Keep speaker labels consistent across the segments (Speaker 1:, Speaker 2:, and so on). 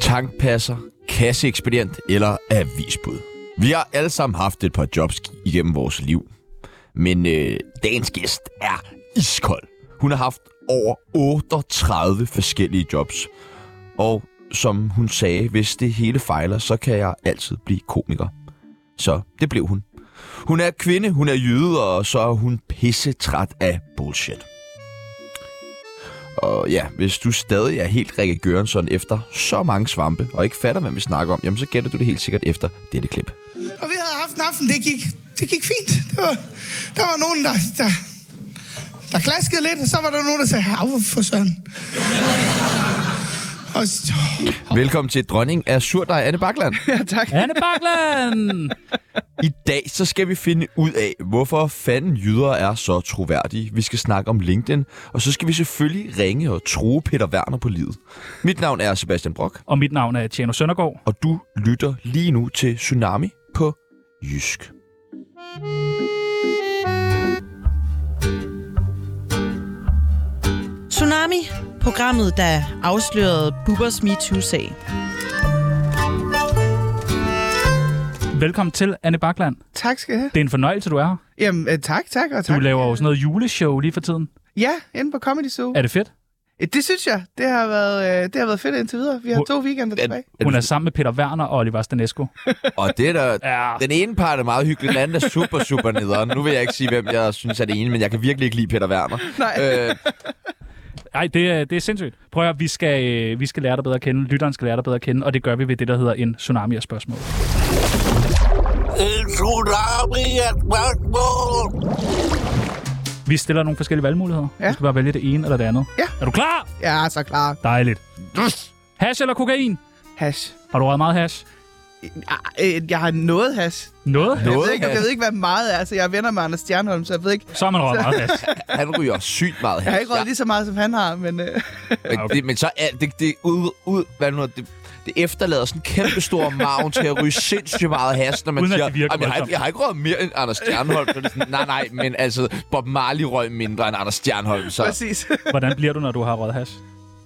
Speaker 1: tankpasser, kasseekspedient eller avisbud. Vi har alle sammen haft et par jobs igennem vores liv. Men øh, dagens gæst er iskold. Hun har haft over 38 forskellige jobs. Og som hun sagde, hvis det hele fejler, så kan jeg altid blive komiker. Så det blev hun. Hun er kvinde, hun er jøde, og så er hun pisse træt af bullshit. Og ja, hvis du stadig er helt Rikke Gørensson efter så mange svampe, og ikke fatter, hvad vi snakker om, jamen så gætter du det helt sikkert efter dette klip.
Speaker 2: Og vi havde haft en aften, det gik, det gik fint. Det var, der var nogen, der, der, der klaskede lidt, og så var der nogen, der sagde, hav for søren. Og så,
Speaker 1: Velkommen til Dronning af Surdej, Anne Bakland.
Speaker 3: Anne Bakland!
Speaker 1: I dag så skal vi finde ud af, hvorfor fanden jyder er så troværdige. Vi skal snakke om LinkedIn, og så skal vi selvfølgelig ringe og true Peter Werner på livet. Mit navn er Sebastian Brock,
Speaker 3: Og mit navn er Tjerno Søndergaard.
Speaker 1: og du lytter lige nu til Tsunami på Jysk.
Speaker 4: Tsunami, programmet, der afslørede Bubbers MeToo-sag.
Speaker 3: Velkommen til, Anne Bakland.
Speaker 2: tak skal jeg have.
Speaker 3: Det er en fornøjelse, du er her.
Speaker 2: Jamen, øh, tak, tak og
Speaker 3: Du
Speaker 2: tak.
Speaker 3: laver jo sådan noget juleshow lige for tiden.
Speaker 2: Ja, inde på Comedy Zoo.
Speaker 3: Er det fedt?
Speaker 2: Ja, Det synes jeg. Det har været, øh, det har været fedt indtil videre. Vi har
Speaker 3: Hvor-
Speaker 2: to weekender tilbage.
Speaker 3: Hun er sammen med Peter Werner og Oliver Stanesco.
Speaker 1: Og det er der,
Speaker 3: Ja,
Speaker 1: den ene part er meget hyggelig, den anden er super, super nederen. Nu vil jeg ikke sige, hvem jeg synes er det ene, men jeg kan virkelig ikke lide Peter Werner.
Speaker 2: Nej.
Speaker 1: Øh,
Speaker 3: Ej, det er, det er sindssygt. Prøv at høre, vi skal, øh, vi skal lære dig bedre at kende, lytteren skal lære dig bedre at kende, og det gør vi ved det, der hedder en tsunami af spørgsmål.
Speaker 5: En tsunami af spørgsmål.
Speaker 3: Vi stiller nogle forskellige valgmuligheder.
Speaker 2: Ja.
Speaker 3: Du skal bare vælge det ene eller det andet.
Speaker 2: Ja.
Speaker 3: Er du klar?
Speaker 2: Jeg er så klar.
Speaker 3: Dejligt. Hash eller kokain?
Speaker 2: Hash.
Speaker 3: Har du røget meget hash?
Speaker 2: Ah, øh, Jeg har noget hash.
Speaker 3: Noget hash?
Speaker 2: Jeg ved,
Speaker 1: Noget
Speaker 2: ikke, jeg
Speaker 1: hash?
Speaker 2: ved ikke, hvad meget er. Så jeg er venner med Anders Stjernholm, så jeg ved ikke...
Speaker 3: Så har man røget meget hash.
Speaker 1: han ryger sygt meget
Speaker 2: Jeg har
Speaker 1: her.
Speaker 2: ikke råd lige så meget, som han har, men... Øh,
Speaker 1: Men,
Speaker 3: Ah,
Speaker 1: okay.
Speaker 3: okay.
Speaker 1: det, men så er det, det ud, ud, hvad nu, er det, det efterlader sådan en kæmpe stor maven til at ryge sindssygt meget has, når man
Speaker 3: Uden at
Speaker 1: siger,
Speaker 3: det virker
Speaker 1: "Ej, men jeg, har,
Speaker 3: voldsomt."
Speaker 1: ikke- jeg har ikke røget mere end Anders Stjernholm. Så er det sådan, nej, nej, men altså, Bob Marley røg mindre end Anders Stjernholm, så...
Speaker 2: præcis.
Speaker 3: Hvordan bliver du, når du har røget hash?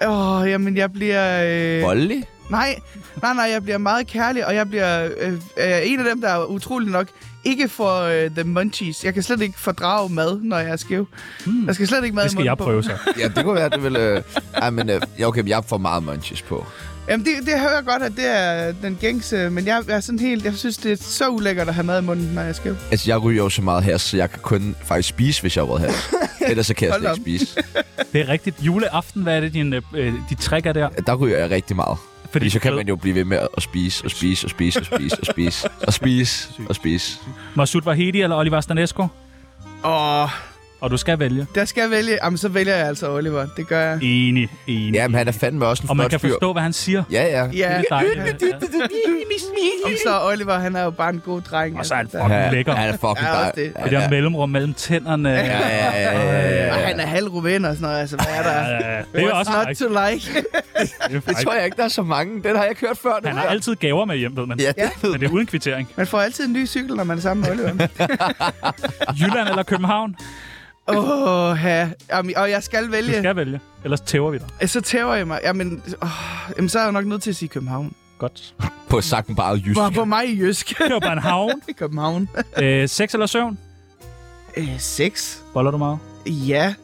Speaker 2: Åh, oh, jamen, jeg bliver... Øh,
Speaker 1: Voldelig?
Speaker 2: Nej, nej, nej, jeg bliver meget kærlig, og jeg bliver øh, øh, en af dem, der er utrolig nok ikke for øh, the munchies. Jeg kan slet ikke fordrage mad, når jeg er skæv. Hmm. Jeg skal slet ikke mad i
Speaker 3: Det skal
Speaker 2: munden
Speaker 3: jeg
Speaker 2: på.
Speaker 3: prøve så.
Speaker 1: Ja, det kunne være, det ville... Øh, ej, men øh, ja, okay, men jeg får meget munchies på.
Speaker 2: Jamen, det, det hører jeg godt, at det er den gængse, men jeg, er sådan helt... Jeg synes, det er så ulækkert at have mad i munden, når jeg er skæv.
Speaker 1: Altså, jeg ryger jo så meget has, så jeg kan kun faktisk spise, hvis jeg har røget has. Ellers så kan jeg
Speaker 2: Hold
Speaker 1: slet
Speaker 2: op.
Speaker 1: ikke spise.
Speaker 3: Det er rigtigt. Juleaften, hvad er det, din, øh, de trick er der?
Speaker 1: Der ryger jeg rigtig meget. Fordi så kan
Speaker 3: ved-
Speaker 1: man jo blive ved med at spise, og spise, og spise, og spise, og spise, og spise, og spise.
Speaker 3: Masud Vahedi eller Oliver Stanesco?
Speaker 2: Åh,
Speaker 3: Og du skal vælge.
Speaker 2: der skal jeg vælge... Jamen, så vælger jeg altså Oliver. Det gør jeg.
Speaker 3: Enig, enig.
Speaker 1: Jamen, han er fandme også en
Speaker 3: og man
Speaker 1: flot
Speaker 3: kan
Speaker 1: fyr.
Speaker 3: forstå, hvad han siger.
Speaker 1: Ja, ja.
Speaker 2: Ja,
Speaker 3: Det er dejligt. Ja.
Speaker 2: om så Oliver, han er jo bare en god dreng.
Speaker 3: Og så er han
Speaker 2: altså.
Speaker 3: fucking
Speaker 1: Ja,
Speaker 3: lækker.
Speaker 1: Han er fucking
Speaker 2: Ja, også
Speaker 1: dej.
Speaker 2: det.
Speaker 1: Ja,
Speaker 3: Det der
Speaker 1: ja.
Speaker 3: mellemrum mellem tænderne.
Speaker 1: Ja, ja, ja, ja, ja, ja,
Speaker 2: Og
Speaker 1: ja.
Speaker 2: han er halv rumæner og sådan noget, altså hvad er
Speaker 3: Ja,
Speaker 2: der?
Speaker 3: ja, ja. Det er
Speaker 2: What's
Speaker 3: også
Speaker 2: not
Speaker 3: faktisk.
Speaker 2: to like.
Speaker 1: Det tror jeg ikke, der er så mange. Den har jeg kørt før.
Speaker 3: Han har altid gaver med hjem, ved man.
Speaker 1: Ja, det ved
Speaker 3: Men det er uden kvittering.
Speaker 2: Man får altid en ny cykel, når man er sammen med Oliver.
Speaker 3: Jylland eller København?
Speaker 2: Åh, ja. Jamen, og jeg skal
Speaker 3: Du
Speaker 2: vælge. Skal.
Speaker 3: skal vælge. Ellers tæver vi dig.
Speaker 2: Så tæver jeg mig. Jamen, åh, jamen, så er jeg jo nok nødt til at sige København.
Speaker 3: Godt.
Speaker 1: På sagt bare jysk.
Speaker 2: Hvor på mig i jysk.
Speaker 3: Det var bare en havn.
Speaker 2: København.
Speaker 3: Øh, sex eller søvn?
Speaker 2: Øh, sex?
Speaker 3: Boller du meget?
Speaker 2: Ja.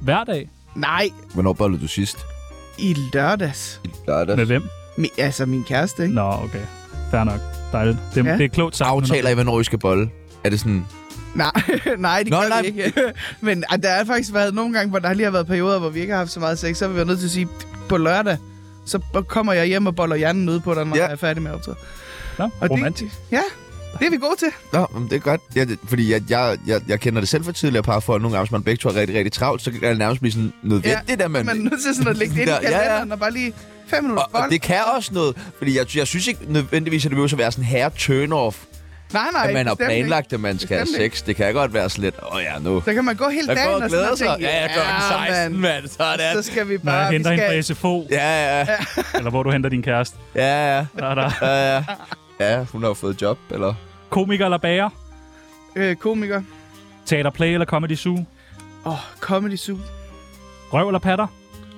Speaker 3: Hver dag?
Speaker 2: Nej.
Speaker 1: Hvornår bollede du sidst?
Speaker 2: I lørdags.
Speaker 3: Med
Speaker 1: Lørdag.
Speaker 3: hvem?
Speaker 2: Mi, altså, min kæreste, ikke?
Speaker 3: Nå, okay. Fair nok. Dejligt. Det,
Speaker 2: Ja.
Speaker 3: det er klogt sagt.
Speaker 1: Aftaler I, hvornår I skal bolle? Er det sådan...
Speaker 2: Nej, nej, det
Speaker 1: Nå,
Speaker 2: gør
Speaker 1: nej.
Speaker 2: vi ikke. Men ah, der er faktisk været nogle gange, hvor der lige har været perioder, hvor vi ikke har haft så meget sex, så har vi været nødt til at sige, på lørdag, så b- kommer jeg hjem og boller hjernen ud på dig, når
Speaker 1: Ja.
Speaker 2: ja. jeg er færdig med optaget.
Speaker 3: Nå,
Speaker 2: Og
Speaker 3: romantisk.
Speaker 2: Det, ja, det er vi gode til.
Speaker 1: Nå, men det er godt. Jeg, fordi jeg, jeg, jeg, jeg kender det selv for tidligere par, for nogle gange, hvis man begge to er rigtig, rigtig travlt, så kan det nærmest blive sådan nødvendigt, ja, at man...
Speaker 2: Man er nødt til sådan at lægge det ind
Speaker 1: Ja,
Speaker 2: i
Speaker 1: ja, ja.
Speaker 2: kalenderen og bare lige fem minutter
Speaker 1: og, og, det kan også noget, fordi jeg, jeg synes ikke nødvendigvis, at det behøver at være sådan en herre turn-off,
Speaker 2: Nej, nej,
Speaker 1: at man har
Speaker 2: bestemt ikke.
Speaker 1: planlagt, at man skal have
Speaker 2: Bestemt ikke.
Speaker 1: sex. Det kan godt være sådan lidt, åh oh, ja, nu...
Speaker 2: Så kan man gå hele
Speaker 1: Der
Speaker 2: dagen
Speaker 1: går
Speaker 2: og
Speaker 1: og
Speaker 2: sådan
Speaker 1: glæder
Speaker 2: noget.
Speaker 1: sig. Ja, ja, klokken 16, mand. Sådan.
Speaker 2: Så skal vi
Speaker 3: Når
Speaker 2: bare...
Speaker 3: jeg henter
Speaker 2: Ah, vi
Speaker 3: hende
Speaker 2: skal...
Speaker 3: på SFO,
Speaker 1: Ja, ja,
Speaker 3: eller hvor du henter din kæreste.
Speaker 1: ja, ja.
Speaker 3: Der, er der.
Speaker 1: Ja, ja. ja, hun har jo fået job, eller?
Speaker 3: Komiker eller bager?
Speaker 2: Øh, komiker.
Speaker 3: Teaterplay eller comedy zoo?
Speaker 2: Åh, oh, Comedy Zoo.
Speaker 3: Røv eller patter?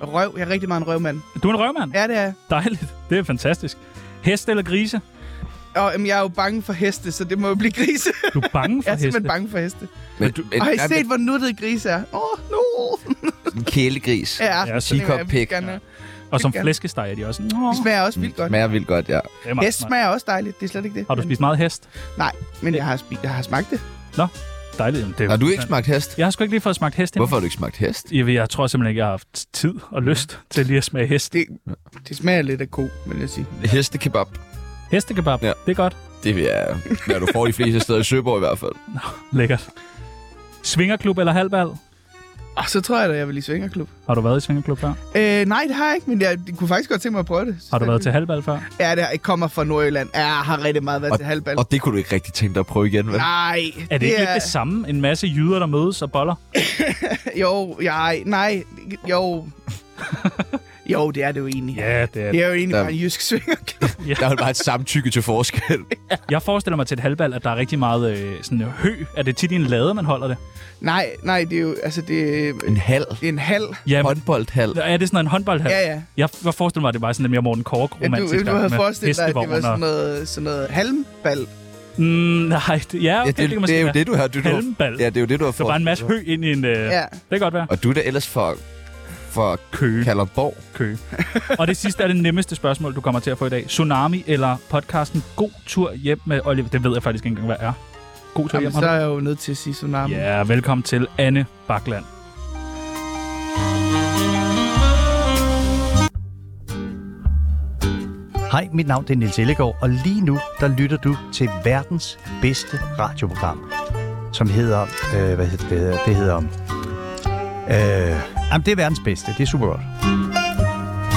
Speaker 2: Røv. Jeg er rigtig meget en røvmand.
Speaker 3: Du er en røvmand.
Speaker 2: Ja, det er jeg.
Speaker 3: Dejligt. Det er fantastisk. Hest eller grise?
Speaker 2: Og jamen, jeg er jo bange for heste, så det må jo blive grise.
Speaker 3: Du er bange
Speaker 2: jeg
Speaker 3: for
Speaker 2: er
Speaker 3: heste.
Speaker 2: simpelthen bange for heste.
Speaker 1: Men, du, men,
Speaker 2: Og har I
Speaker 1: ja,
Speaker 2: set, hvor nuttet grise er? Åh, oh, no!
Speaker 1: men en kælegris.
Speaker 2: Ja,
Speaker 3: Ja,
Speaker 2: sådan en vil jeg
Speaker 1: peacock pig.
Speaker 2: vildt gerne have.
Speaker 3: Og som
Speaker 2: Gerne.
Speaker 3: flæskesteg er de også. Nå,
Speaker 2: Det smager også vildt godt.
Speaker 1: Smager vildt godt, ja.
Speaker 3: det er meget
Speaker 2: Hest
Speaker 3: smart.
Speaker 2: smager også dejligt, det er slet ikke det.
Speaker 3: Har du spist meget hest?
Speaker 2: Nej, men jeg har, spi- jeg har smagt det.
Speaker 3: Dejligt. Jamen, det er
Speaker 1: Har du ikke smagt hest?
Speaker 3: Jeg har sgu ikke lige fået smagt hest endnu.
Speaker 1: Hvorfor har du ikke smagt hest?
Speaker 3: Jeg, jeg tror simpelthen ikke, jeg har haft tid og lyst til lige at smage hest.
Speaker 2: Det, det smager lidt af ko, vil jeg sige.
Speaker 1: Hestekebab.
Speaker 3: Hestekebab,
Speaker 1: Ja.
Speaker 3: ja. det er godt.
Speaker 1: Det vil jeg, hvad du får de fleste steder i Søborg i hvert fald.
Speaker 3: Lækkert. Svingerklub eller halvbal?
Speaker 2: Og Ah, så tror jeg da, jeg vil i svingerklub.
Speaker 3: Har du været i svingerklub før?
Speaker 2: Øh, nej, det har jeg ikke, men jeg, jeg kunne faktisk godt tænke mig at prøve det.
Speaker 3: Har du været til halvbal før?
Speaker 2: Ja, det har, jeg kommer fra Nordjylland. Ja, jeg har rigtig meget været til halvbal.
Speaker 1: Og det kunne du ikke rigtig tænke dig at prøve igen, vel?
Speaker 2: Nej,
Speaker 3: Er det, ikke lidt det samme? En masse jyder, der mødes og boller?
Speaker 2: Jo, jeg, nej, jo. jo, det er det jo egentlig.
Speaker 3: Ja, det er
Speaker 2: Det er jo egentlig
Speaker 1: Ja.
Speaker 2: bare en jysk svingerklub.
Speaker 1: Der er jo bare et samtykke til forskel.
Speaker 3: Jeg forestiller mig til et halvbal, at der er rigtig meget øh, sådan hø. Er det tit i en lade, man holder det?
Speaker 2: nej, nej, det er jo, altså det er
Speaker 1: En halv.
Speaker 2: det er en halv.
Speaker 3: Ja,
Speaker 1: Håndboldhal.
Speaker 3: er det sådan en håndboldhal?
Speaker 2: Ja, ja.
Speaker 3: Jeg, jeg forestiller mig, at det var sådan lidt mere Morten Kork
Speaker 2: Ja,
Speaker 3: romantisk.
Speaker 2: du, du havde forestillet dig, at det var sådan
Speaker 3: noget...
Speaker 2: noget, sådan noget halmbal.
Speaker 3: Mm, nej, det, ja, okay,
Speaker 1: Ja,
Speaker 3: det, det, kan
Speaker 1: det
Speaker 3: man
Speaker 1: er
Speaker 3: sige,
Speaker 1: jo
Speaker 3: ja.
Speaker 1: det, du har. Du, du,
Speaker 3: Halmbal.
Speaker 1: ja, det er jo det, du har
Speaker 3: Der var
Speaker 1: fået.
Speaker 3: en masse hø ind i en... Øh,
Speaker 2: Ja.
Speaker 3: ja. Det kan godt være.
Speaker 1: Og du er da ellers for, for
Speaker 3: Køge.
Speaker 1: Kalderborg.
Speaker 3: Køge. og det sidste er det nemmeste spørgsmål, du kommer til at få i dag. Tsunami eller podcasten God Tur Hjem med Oliver? Det ved jeg faktisk ikke engang, hvad er. God Tur
Speaker 2: Jamen,
Speaker 3: Hjem
Speaker 2: så
Speaker 3: har
Speaker 2: er jeg jo nødt til at sige
Speaker 3: du?
Speaker 2: tsunami.
Speaker 3: Ja, velkommen til Anne Bakland.
Speaker 6: Hej, mit navn det er Nils Ellegaard, og lige nu der lytter du til verdens bedste radioprogram, som hedder... Øh, hvad hedder det? Det hedder... Øh, jamen, det er verdens bedste. Det er super godt.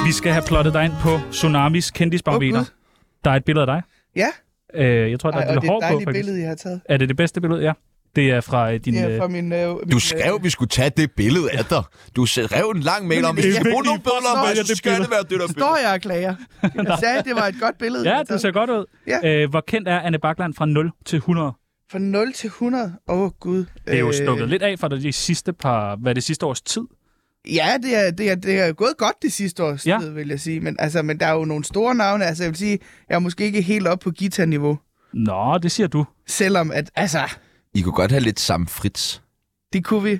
Speaker 3: Vi skal have plottet dig ind på Tsunamis kendisbarometer.
Speaker 2: Åh,
Speaker 3: Oh, der er et billede af dig.
Speaker 2: Ja,
Speaker 3: Øh, jeg tror, der
Speaker 2: Ej,
Speaker 3: er
Speaker 2: og
Speaker 3: lidt
Speaker 2: det er
Speaker 3: hår
Speaker 2: et
Speaker 3: på,
Speaker 2: dejligt
Speaker 3: faktisk.
Speaker 2: billede, I har taget.
Speaker 3: Er det det bedste billede? Ja. Det er fra øh, din...
Speaker 2: Det
Speaker 3: øh,
Speaker 2: er fra min... Øh, min,
Speaker 1: Du
Speaker 2: øh,
Speaker 1: skrev, vi skulle tage det billede af dig. Du skrev en lang mail om,
Speaker 2: Men
Speaker 1: hvis
Speaker 2: det
Speaker 1: vi
Speaker 2: er
Speaker 1: skal bruge
Speaker 3: vigtigt,
Speaker 1: nogle billeder,
Speaker 3: hvorfor
Speaker 1: men
Speaker 3: er
Speaker 1: så
Speaker 3: det
Speaker 1: skal det være det, der
Speaker 2: Står
Speaker 1: billede.
Speaker 2: jeg og klager? Jeg sagde, at det var et godt billede. I
Speaker 3: Ja,
Speaker 2: har
Speaker 3: det
Speaker 2: taget.
Speaker 3: ser godt ud.
Speaker 2: Ja.
Speaker 3: Øh, hvor kendt er Anne Bakland fra 0 til 100?
Speaker 2: Fra 0 til 100. Åh, oh, Gud.
Speaker 3: Det er jo
Speaker 2: Øh,
Speaker 3: stukket lidt af fra de sidste par, hvad er det sidste års tid.
Speaker 2: Ja, det er, det, er, det er gået godt det sidste års ja.
Speaker 3: Ja.
Speaker 2: tid, vil jeg sige. Men, altså, men der er jo nogle store navne. Altså, jeg vil sige, jeg er måske ikke helt op på guitarniveau.
Speaker 3: Nå, det siger du.
Speaker 2: Selvom at, altså,
Speaker 1: I kunne godt have lidt samme frits.
Speaker 2: det kunne vi.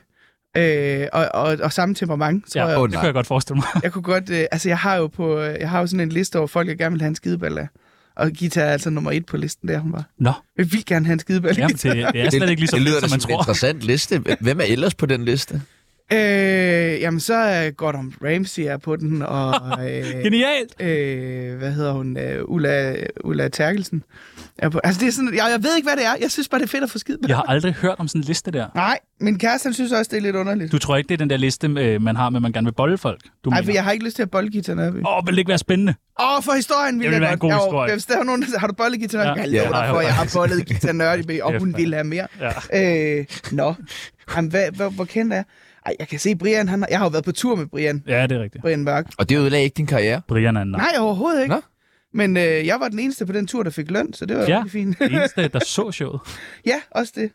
Speaker 2: Øh, og, og, og samme temperament, tror
Speaker 3: Ja,
Speaker 2: ja. jeg.
Speaker 1: Åh,
Speaker 3: det
Speaker 1: nej.
Speaker 3: kunne jeg godt forestille mig.
Speaker 2: Jeg kunne godt, øh, altså jeg har jo på, øh, jeg har jo sådan en liste over folk, jeg gerne vil have en skideball af. Og guitar er altså nummer et på listen, der hun var.
Speaker 3: Nå,
Speaker 2: Jeg vil gerne have en skideball.
Speaker 3: jamen, det, det er slet ikke lige så
Speaker 1: det lyder
Speaker 3: fedt,
Speaker 1: da
Speaker 3: som man
Speaker 1: som en
Speaker 3: tror.
Speaker 1: interessant liste. Hvem er ellers på den liste?
Speaker 2: øh, jamen så er Gordon Ramsay er på den, og øh,
Speaker 3: Genialt!
Speaker 2: øh, hvad hedder hun, øh, Ulla, Ulla Terkelsen er på. Altså det er sådan, jeg, jeg ved ikke, hvad det er. Jeg synes bare, det er fedt at få skideball.
Speaker 3: Jeg har aldrig hørt om sådan en liste der.
Speaker 2: Nej, min kæreste han synes også, det er lidt underligt.
Speaker 3: Du tror ikke, det er den der liste, øh, man har med, man gerne vil bolle folk? Du
Speaker 2: Nej, for
Speaker 3: mener.
Speaker 2: jeg har ikke lyst til at bolle guitar Nørby. Åh,
Speaker 3: Åh, vil det ikke være spændende?
Speaker 2: oh. for historien vil
Speaker 3: Det
Speaker 2: jeg
Speaker 3: ville være en
Speaker 2: godt.
Speaker 3: god
Speaker 2: Jo,
Speaker 3: historie.
Speaker 2: Hvis der er nogen, der siger, har du bollet guitar Nørby?
Speaker 3: Ja.
Speaker 2: Ja. Jeg
Speaker 1: Ja.
Speaker 2: lover dig for, jeg har bollet guitar Nørby, og
Speaker 3: Ja,
Speaker 2: hun
Speaker 3: for-
Speaker 2: ville have mere.
Speaker 3: Ja.
Speaker 2: Øh, nå. Jamen, hvad, hvad, hvor kendt er jeg? Ej, jeg kan se Brian, han har, jeg har jo været på tur med Brian.
Speaker 3: Ja, det er rigtigt.
Speaker 2: Brian Mørk.
Speaker 1: Og det ødelagde ikke din karriere.
Speaker 3: Brian er en
Speaker 2: Nej, Nej overhovedet ikke.
Speaker 1: Nå.
Speaker 2: Nå? Men øh, jeg var den eneste på den tur, der fik løn, så det var
Speaker 3: Ja.
Speaker 2: ja. rigtig fint.
Speaker 3: Den eneste, der så showet.
Speaker 2: ja, også det.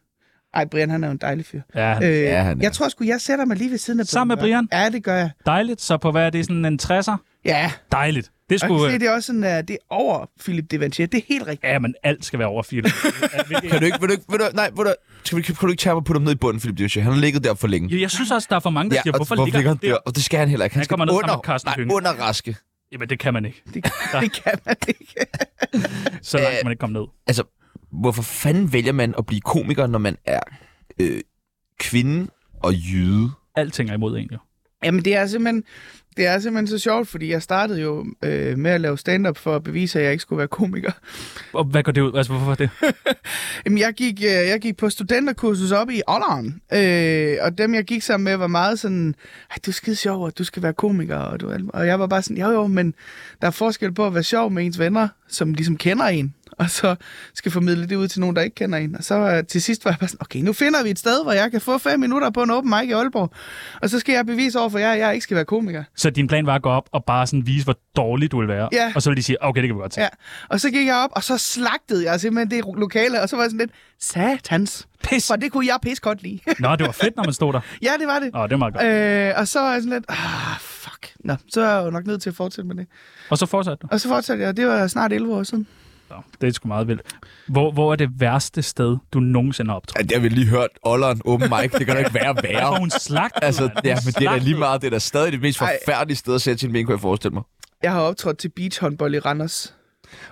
Speaker 2: Ej, Brian, han er jo en dejlig fyr.
Speaker 3: Ja,
Speaker 2: Øh,
Speaker 1: Ja, han er.
Speaker 2: jeg tror sgu, jeg sætter mig lige ved siden af Brian
Speaker 3: Sammen med
Speaker 2: Mørk. Ja, det gør jeg.
Speaker 3: dejligt. Så på hvad er det, sådan en 60'er?
Speaker 2: Ja,
Speaker 3: Dejligt. Det
Speaker 2: og jeg
Speaker 3: skulle...
Speaker 2: kan se, det er også sådan, at det er over Philip Devanchier. Det er helt rigtigt.
Speaker 3: Ja, men alt skal være over 4.
Speaker 1: Kan du ikke, vil du ikke, vil du, nej, vil du, skal vi, kan du ikke tage mig og putte ham ned i bunden, Philip Dyrkjær? Han har ligget der for længe.
Speaker 3: Jeg, jeg synes også, der er for mange, der
Speaker 1: Ja,
Speaker 3: ja, siger,
Speaker 1: og
Speaker 3: hvorfor, ligger han der?
Speaker 1: der? Og det skal han heller ikke. Han,
Speaker 3: Han
Speaker 1: skal
Speaker 3: kommer ned sammen
Speaker 1: under,
Speaker 3: med Carsten
Speaker 1: nej,
Speaker 3: Hønge.
Speaker 1: under raske.
Speaker 3: Jamen, det kan man ikke.
Speaker 2: Det, det kan man ikke.
Speaker 3: Så langt
Speaker 1: Øh,
Speaker 3: kan man ikke komme ned.
Speaker 1: Altså, hvorfor fanden vælger man at blive komiker, når man er øh, kvinde og jyde?
Speaker 3: Alting er imod en, jo.
Speaker 2: Jamen, det er simpelthen... Det er simpelthen så sjovt, fordi jeg startede jo øh, med at lave stand-up for at bevise, at jeg ikke skulle være komiker.
Speaker 3: Og hvad går det ud? Altså, hvorfor det?
Speaker 2: Jamen, jeg gik, øh, jeg gik på studenterkursus op i Olleren, øh, og dem, jeg gik sammen med, var meget sådan, "Ej, du er skide sjov, og du skal være komiker, og, du, er alt-" og jeg var bare sådan, jo jo, men der er forskel på at være sjov med ens venner, som ligesom kender en, og så skal formidle det ud til nogen, der ikke kender en. Og så øh, til sidst var jeg bare sådan, okay, nu finder vi et sted, hvor jeg kan få fem minutter på en open mic i Aalborg, og så skal jeg bevise over for jer, at jeg ikke skal være komiker.
Speaker 3: Så din plan var at gå op og bare sådan vise, hvor dårlig du vil være.
Speaker 2: Ja.
Speaker 3: Og så vil de sige, okay, det kan vi godt tage.
Speaker 2: Ja. Og så gik jeg op, og så slagtede jeg simpelthen det lokale, og så var jeg sådan lidt, satans,
Speaker 3: Pis!
Speaker 2: for det kunne jeg pis godt lide.
Speaker 3: Nå, det var fedt, når man stod der.
Speaker 2: ja, det var det.
Speaker 3: Nå, det er meget godt.
Speaker 2: Øh, og så er jeg sådan lidt, ah, fuck. fuck. Nå, så er jeg jo nok nødt til at fortsætte med det.
Speaker 3: Og så fortsatte du.
Speaker 2: Og så fortsatte jeg, og det var snart 11 år siden.
Speaker 3: Nå, det er sgu meget vildt. Hvor, hvor er det værste sted, du nogensinde har optrådt?
Speaker 1: Ja, det har vi lige hørt. Olleren, open mic, det kan da ikke være værre.
Speaker 3: Og hun slagtede,
Speaker 1: Altså,
Speaker 3: mand. Hun
Speaker 1: ja, men det er da lige
Speaker 3: slagtede.
Speaker 1: meget. Det er da stadig det mest
Speaker 2: Ej.
Speaker 1: forfærdelige sted at sætte sin ben, kunne jeg forestille mig.
Speaker 2: Jeg har optrådt til beachhåndbold i Randers.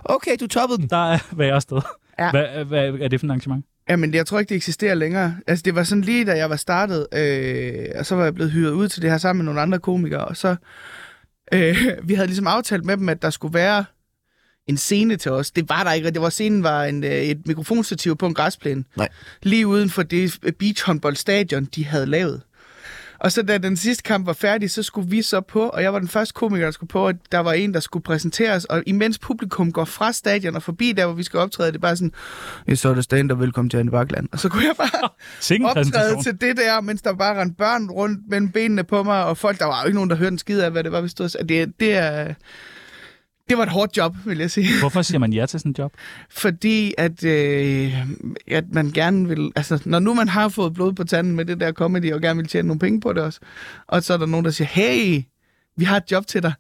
Speaker 1: Okay, du toppede den.
Speaker 3: Der er værre sted.
Speaker 2: Ja.
Speaker 3: Hvad, hvad er det for et arrangement?
Speaker 2: Jamen, jeg tror ikke, det eksisterer længere. Altså, det var sådan lige, da jeg var startet, øh, og så var jeg blevet hyret ud til det her sammen med nogle andre komikere, og så... Øh, vi havde ligesom aftalt med dem, at der skulle være en scene til os. Det var der ikke, og det var scenen var en, øh, et mikrofonstativ på en græsplæne.
Speaker 1: Nej.
Speaker 2: Lige uden for det øh, beachhåndboldstadion, de havde lavet. Og så da den sidste kamp var færdig, så skulle vi så på, og jeg var den første komiker, der skulle på, og der var en, der skulle præsenteres, og imens publikum går fra stadion og forbi der, hvor vi skal optræde, det er bare sådan, jeg så det stand, og velkommen til Anne Bakland. Og så kunne jeg bare
Speaker 3: Sikke en præsentation.
Speaker 2: optræde til det der, mens der bare rendte børn rundt mellem benene på mig, og folk, der var jo ikke nogen, der hørte en skid af, hvad det var, vi stod og sagde. det, det, er, det var et hårdt job, vil jeg sige.
Speaker 3: Hvorfor siger man ja til sådan en job?
Speaker 2: Fordi at, øh, at man gerne vil... Altså, når nu man har fået blod på tanden med det der comedy, og gerne vil tjene nogle penge på det også, og så er der nogen, der siger, hey, vi har et job til dig.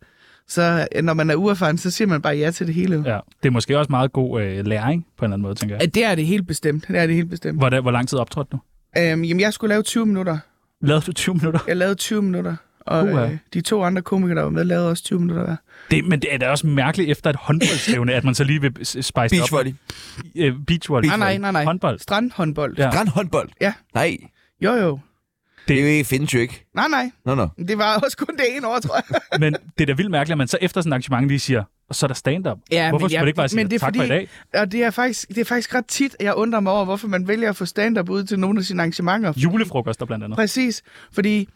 Speaker 2: Så øh, når man er uerfaren, så siger man bare ja til det hele. Ja.
Speaker 3: Ja. Det er måske også meget god øh, læring, på en eller anden måde, tænker jeg.
Speaker 2: Det er det helt bestemt. Det er det helt bestemt.
Speaker 3: Hvor, hvor lang tid optrådte du?
Speaker 2: Øhm, jamen, jeg skulle lave 20 minutter.
Speaker 3: Lavede du 20 minutter?
Speaker 2: Jeg lavede 20 minutter. Og
Speaker 3: Uha.
Speaker 2: øh, de to andre komikere, der var med, lavede også 20 minutter hver.
Speaker 3: Det, men det er da også mærkeligt efter et håndboldstævne, at man så lige vil s- spice det op.
Speaker 1: Beachvolley.
Speaker 3: Øh, beachvolley.
Speaker 2: Ah, Nej, nej, nej, nej.
Speaker 3: Håndbold.
Speaker 2: Strandhåndbold.
Speaker 3: Ja.
Speaker 2: Ja.
Speaker 1: Grand håndbold.
Speaker 2: Ja.
Speaker 1: Nej,
Speaker 2: Jo, jo.
Speaker 1: det er jo ikke- findes jo ikke.
Speaker 2: Nej, nej.
Speaker 1: Nå, nå.
Speaker 2: Det var også kun det ene år, tror jeg.
Speaker 3: Men det er da vildt mærkeligt, at man så efter sådan en arrangement lige siger, og så er der stand-up.
Speaker 2: Ja,
Speaker 3: Hvorfor
Speaker 2: men
Speaker 3: skulle
Speaker 2: jeg-
Speaker 3: man ikke bare sige
Speaker 2: men det er
Speaker 3: tak for i
Speaker 2: fordi-
Speaker 3: dag?
Speaker 2: Og det er, faktisk, det er faktisk ret tit, at jeg undrer mig over, hvorfor man vælger at få stand-up ud til nogle af sine arrangementer.
Speaker 3: Julefrokoster blandt andet.
Speaker 2: Præcis, fordi